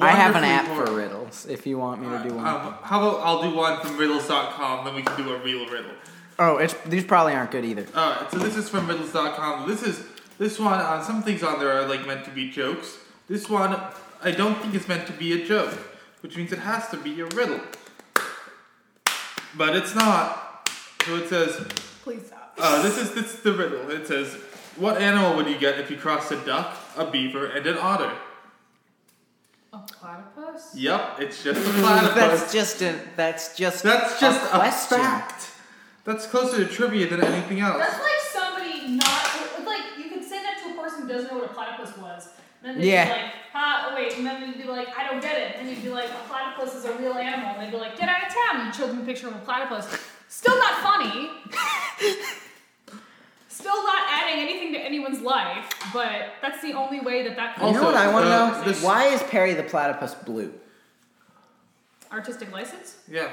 I have an wonderfully app formed- for riddles. If you want me to do one. Um, how about I'll do one from riddles.com, then we can do a real riddle. oh, it's these probably aren't good either. Alright, so this is from riddles.com. This is this one. Uh, some things on there are like meant to be jokes. This one, I don't think it's meant to be a joke, which means it has to be a riddle. But it's not. So it says, Please stop. uh, this is this is the riddle. It says, what animal would you get if you crossed a duck, a beaver, and an otter? a platypus? Yep, it's just a platypus. *laughs* that's just a. That's just. That's just a a, question. fact. That's closer to trivia than anything else. That's like somebody not like you could say that to a person who doesn't know what a platypus was. And then they'd Yeah. be like, ah, wait, and then they'd be like, I don't get it. And then you'd be like, a platypus is a real animal. And they'd be like, get out of town. And you showed them a picture of a platypus. Still not funny. Still not adding anything to anyone's life, but that's the only way that that You Oh. comes. know what I want to Also, know? uh, this- Why is Perry the platypus blue? Artistic license? yeah.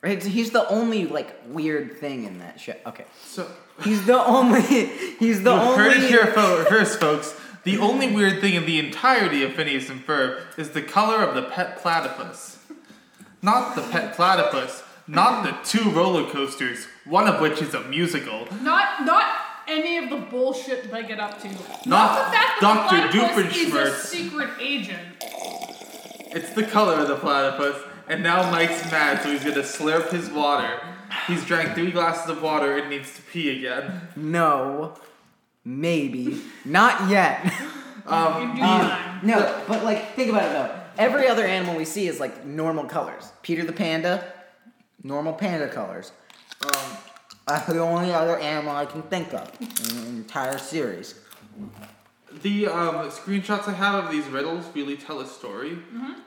Right, He's the only like weird thing in that show. Okay, So he's the only. *laughs* He's the you heard it only. here fo- first, folks. The only weird thing in the entirety of Phineas and Ferb is the color of the pet platypus. Not the pet platypus. Not the two roller coasters, one of which is a musical. Not not any of the bullshit they get up to. Not, Not the fact that Dr. the platypus is a Doofenshmirtz. secret agent. It's the color of the platypus, and now Mike's mad, so he's gonna slurp his water. He's drank three glasses of water and needs to pee again. No, maybe not yet. In due um, time. *laughs* No, but like think about it though. Every other animal we see is like normal colors. Peter the panda, normal panda colors. Um, that's the only other animal I can think of in the entire series. The um, screenshots I have of these riddles really tell a story.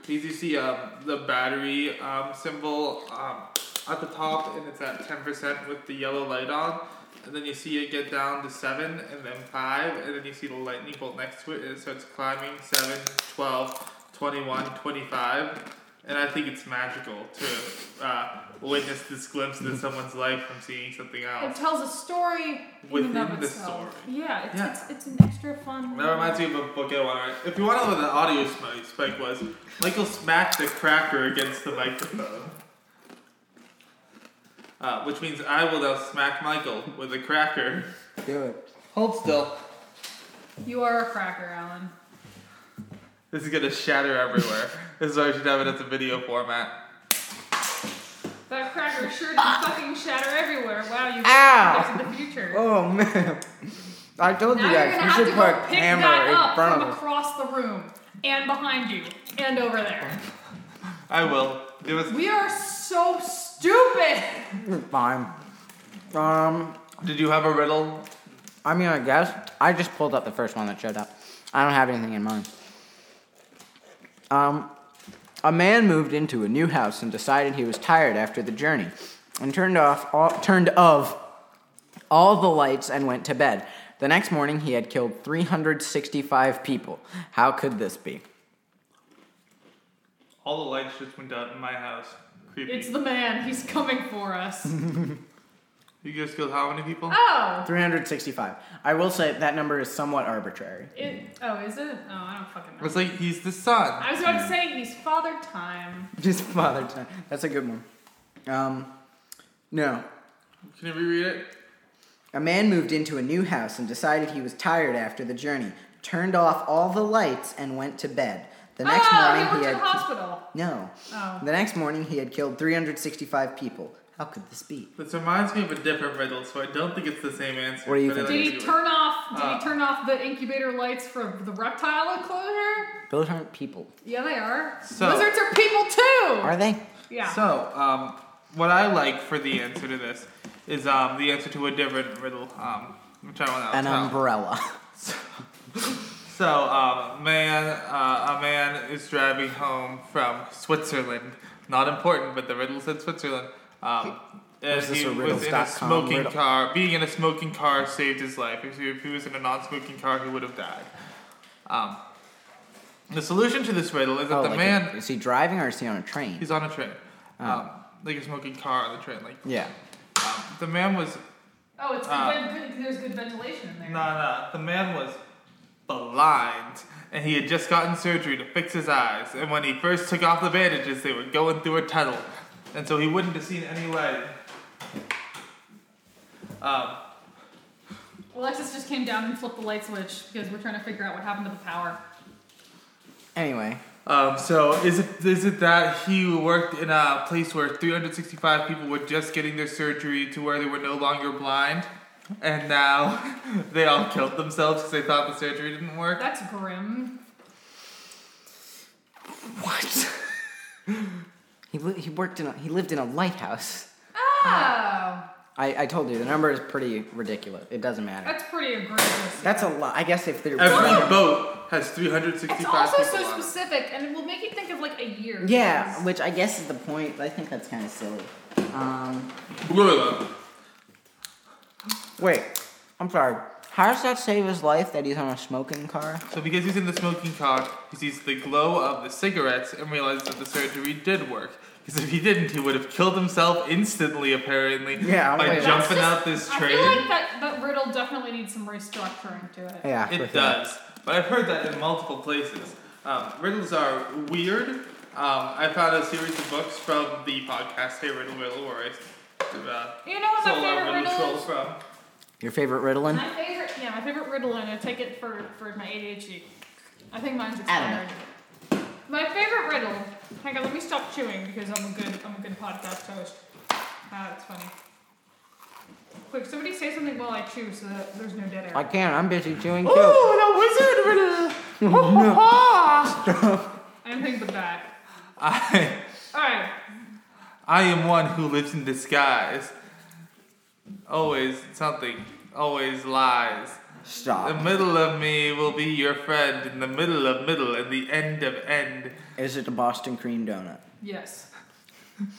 These you see um, the battery um, symbol um, at the top, and it's at ten percent with the yellow light on. And then you see it get down to seven, and then five, and then you see the lightning bolt next to it, and it starts climbing 7, 12, 21, 25. And I think it's magical to uh, witness this glimpse into someone's life from seeing something It else. tells a story in and Within of the itself. story. Yeah, it's, Yeah. It's, it's an extra fun. That reminds me of a book I want to read. If you want to know what the audio sm- spike was, Michael smacked the cracker against the microphone. Uh, which means I will now smack Michael with a cracker. Do it. Hold still. You are a cracker, Alan. This is gonna shatter *laughs* everywhere. this is why I should have it as a video format. That cracker sure did fucking shatter everywhere. Wow, you Ah. Ow. to the future. Oh man, I told now you you're guys gonna we have should to put a go pick hammer that in up front from of us. across the room and behind you and over there. I will. It was. We are so stupid. Fine. Um, Did you have a riddle? I mean, I guess I just pulled up the first one that showed up. I don't have anything in mind. Um, a man moved into a new house and decided he was tired after the journey, and turned off all, turned of all the lights and went to bed. The next morning, he had killed 365 people. How could this be? All the lights just went out in my house. Creepy. It's the man. He's coming *laughs* for us. you guys killed how many people? Oh. 365. I will say that number is somewhat arbitrary. It, oh, is it? Oh, I don't fucking know. It's like he's the son. I was about to say he's father time. *laughs* Just father time. That's a good one. Um, no, Can you reread it? A man moved into a new house and decided he was tired after the journey, turned off all the lights, and went to bed. The next oh, he morning, worked he at had. the hospital. No. Oh. The next morning, he had killed 365 people. How could this be? This reminds me of a different riddle, so I don't think it's the same answer. What do you but I think? Did like he it. turn off? Did Uh, he turn off the incubator lights for the reptile enclosure? Those aren't people. Yeah, they are. So- Lizards are people too. Are they? Yeah. So, um, what I like for the answer to this is um, the answer to a different riddle, um, which I will now An tell. umbrella. So, um, man, uh, a man is driving home from Switzerland. Not important, but the riddle said Switzerland. Um, and Was this he a was in a riddles.com smoking riddle? car. Being in a smoking car saved his life. If he, if he was in a non-smoking car, he would have died. Um, the solution to this riddle is that *laughs* Oh, the like man a- Oh. is he driving or is he on a train? He's on a train. Um, like a smoking car on the train. Like Yeah. The man was Oh, it's Ah. good, ven- good, there's good ventilation in there. No, no. The man was blind, and he had just gotten surgery to fix his eyes. And when he first took off the bandages, they were going through a tunnel, and so he wouldn't have seen any light. Um, Alexis just came down and flipped the light switch because we're trying to figure out what happened to the power. Anyway, um, so is it is it that he worked in a place where 365 people were just getting their surgery to where they were no longer blind, and now *laughs* they all killed themselves because they thought the surgery didn't work? That's grim. what? he li- he worked in a, he lived in a lighthouse. Oh, Ah. I, I told you the number is pretty ridiculous. It doesn't matter. that's pretty egregious. That's a lot. I guess if they're Every boat has 365 It's also people so on it. specific, and it will make you think of like a year. yeah, which I guess is the point. I think that's kind of silly. Um, Gorilla. wait, I'm sorry. How does that save his life that he's on a smoking car? So because he's in the smoking car, he sees the glow of the cigarettes and realizes that the surgery did work. Because if he didn't, he would have killed himself instantly, apparently, Yeah, I'm by like- jumping That's out this just- train. I feel like that, that riddle definitely needs some restructuring to it. Yeah, for it sure. does. But I've heard that in multiple places. Um, riddles are weird. Um, I found a series of books from the podcast Hey Riddle Riddle, where I uh, You know what my stole our favorite riddle riddle troll is? from. Your favorite Ritalin? My favorite, yeah, my favorite riddle, and I take it for, for my ADHD. I think mine's Adam. expired. My favorite riddle. Hang on, let me stop chewing because I'm a good I'm a good podcast host. Ah, that's funny. Quick, somebody say something while I chew so that there's no dead air. I can't. I'm busy chewing too. *laughs* Oh, the wizard riddle! Anything but that. I, All right. I am one who lives in disguise. Always something, always lies. The Stop. middle of me will be your friend, in the middle of middle, and the end of end. Is it a Boston cream donut? Yes.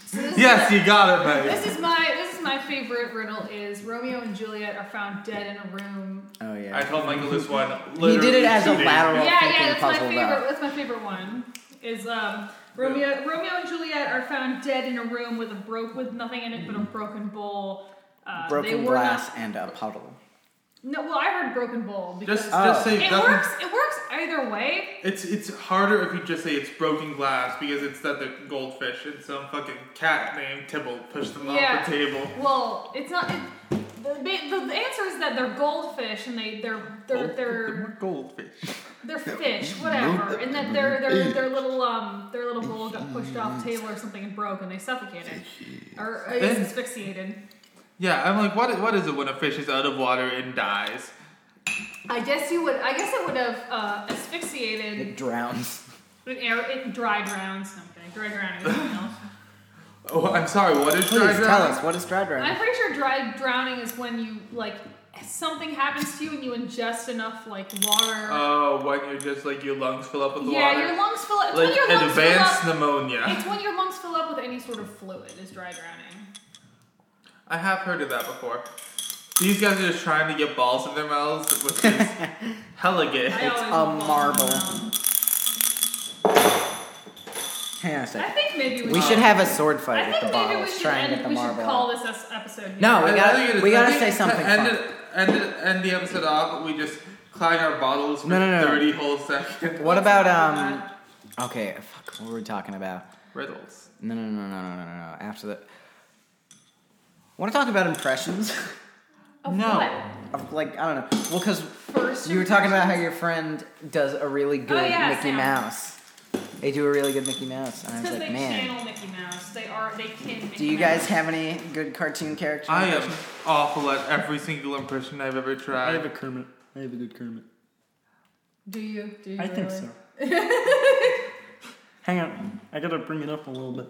So this is Yes, you got it, babe. This is my this is my favorite riddle is Romeo and Juliet are found dead in a room. Oh yeah. I told Michael this one. He did it as a literally two days lateral- ago. yeah, thinking yeah, that's my puzzle favorite. about. That's my favorite one. Is um Romeo Romeo and Juliet are found dead in a room with a broke with nothing in it but a broken bowl. Uh, they Broken were glass and a puddle. Not, no, well, I heard broken bowl because Just, Oh. just say it nothing- works. It works either way. It's it's harder if you just say it's broken glass because it's that the goldfish and some fucking cat named Tibble pushed them Yeah. off the table. Well, it's not. It, the, the, the answer is that they're goldfish and they they're they're they're Oh, goldfish. They're fish, whatever, and that their their their little um their little bowl got pushed off the table or something and broke, and they suffocated or uh, Then- asphyxiated. Yeah, I'm like, what what is it when a fish is out of water and dies? I guess you would. I guess it would have uh, asphyxiated *laughs* It drowns. an air. It dry drowns something. Dry drowning. is something else. Oh, I'm sorry. What is Please dry tell drowning? us what is dry I'm drowning. pretty sure dry drowning is when you like something happens to you and you ingest enough like water. Oh, when you're just like your lungs fill up with yeah, water. your lungs fill up. It's when like your lungs advanced fill up. pneumonia. It's when your lungs fill up with any sort of fluid. Is dry drowning. I have heard of that before. These guys are just trying to get balls in their mouths, which *laughs* is hella gay. I always a love balls marble. around. Hang on a I second. think maybe we, We should have a sword fight I with think the maybe we bottles, should trying end, to get the we marble. should call this es- episode. Here. No, we I gotta- think it is- we I gotta think say to something End, fun. it, end, it, end the episode off. We just clang our bottles for No, no, no. 30 whole seconds. what about um? Okay, fuck. What were we talking about? Riddles. No, no, no, no, no, no, no. no. After that, want to talk about impressions? *laughs* Of no. what? Of, like I don't know. Well, because First you were talking about how impressions? your friend Oh, does a really good yeah, Mickey Sam. Mouse. They do a really good Mickey Mouse, and I It's was because like, they man, channel Mickey Mouse. They are they can. Mickey do you guys Mouse. have any good cartoon characters? I am awful at every single impression I've ever tried. Kermit. I have a good Kermit. Do you? Do you? really? *laughs* Hang on, I gotta bring it up a little bit.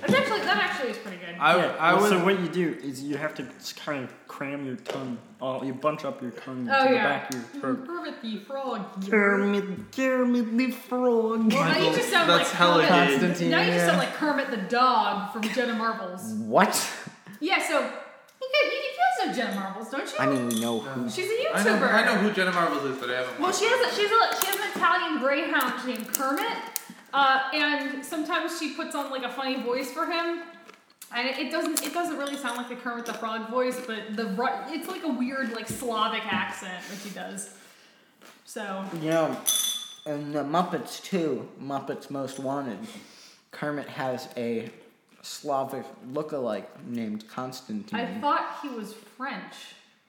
That's actually that actually is pretty good. I, I well, was. so what you do is you have to just kind of cram your tongue, all, you bunch up your tongue Oh, yeah. to the back of your throat. Kermit the Frog. Kermit, Kermit the Frog. Well, now you Michael, just sound that's like hella Kermit. gay. Constantine. Now you just sound like Kermit the dog from Jenna Marbles. What? Yeah, so you guys, you guys know Jenna Marbles, don't you? I mean, we know who. She's a YouTuber. I know, I know who Jenna Marbles is, but I haven't Well, watched she has a, she's a, she has an Italian greyhound named Kermit, uh, and sometimes she puts on like a funny voice for him. And it, it doesn't it doesn't really sound like the Kermit the Frog voice, but the Ru- it's like a weird like Slavic accent that he does. So You know, in the Muppets too, Muppets Most Wanted, Kermit has a Slavic lookalike named Constantine. I thought he was French.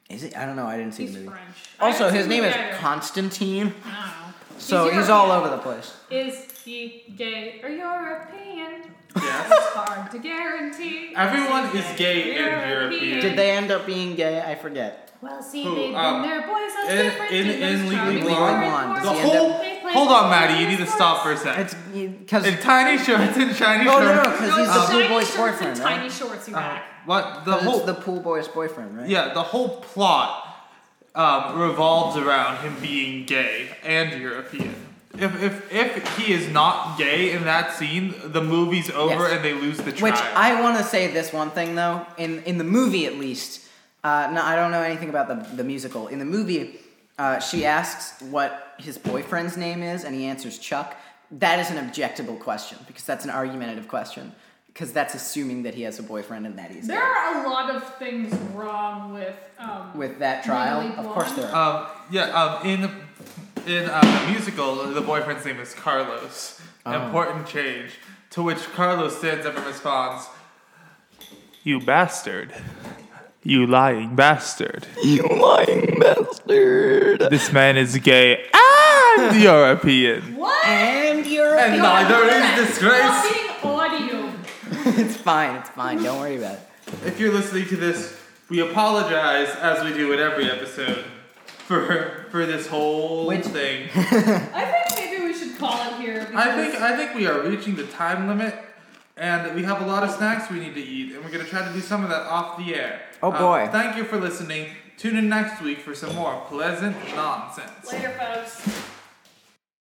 is it? I don't know. I didn't see He's the movie. French. I haven't Also, seen his the name is movie either. Constantine, I don't know. so he's all European. over the place. Is he gay or European? Yes. It's hard to guarantee. Everyone Is he is gay and European. Did they end up being gay? I forget. Well, see, Who, they've um, been their boys. That's in- different. in- They in just Legally tried to Blonde, the the ignore Does it. he end whole. up- They play Hold on, football Maddie. You need to sports. stop for a second. It's because In tiny shorts and shiny Oh, no, shorts. no, 'cause No, he's it's the blue tiny boy's shorts and boyfriend, Tiny right? shorts, you Uh, back. what the it's whole? the pool boy's boyfriend, right? yeah, the whole plot um, revolves around him being gay and European. If, if, if he is not gay in that scene, the movie's over Yes. and they lose the trial. Which I want to say this one thing though, in in the movie at least. Uh, no, I don't know anything about the the musical. In the movie, uh, she asks what his boyfriend's name is, and he answers Chuck. That is an objectable question because that's an argumentative question because that's assuming that he has a boyfriend and that he's There are a lot of things wrong with um, with that trial. Legally Of course, Blonde. there are. Um, yeah, um, in in uh, the musical, the boyfriend's name is Carlos. Important change. To which Carlos stands up and responds, "You bastard! You lying bastard! You lying bastard! This man is gay *laughs* and European." What? Ah! And you're. And neither is disgrace. Fucking audio. it's fine. It's fine. Don't worry about it. If you're listening to this, we apologize as we do in every episode for for this whole Which- thing. I think maybe we should call it here. I think because I think we are reaching the time limit, and we have a lot of snacks we need to eat, and we're gonna try to do some of that off the air. Oh, Um, boy. thank you for listening. Tune in next week for some more pleasant nonsense. later, folks.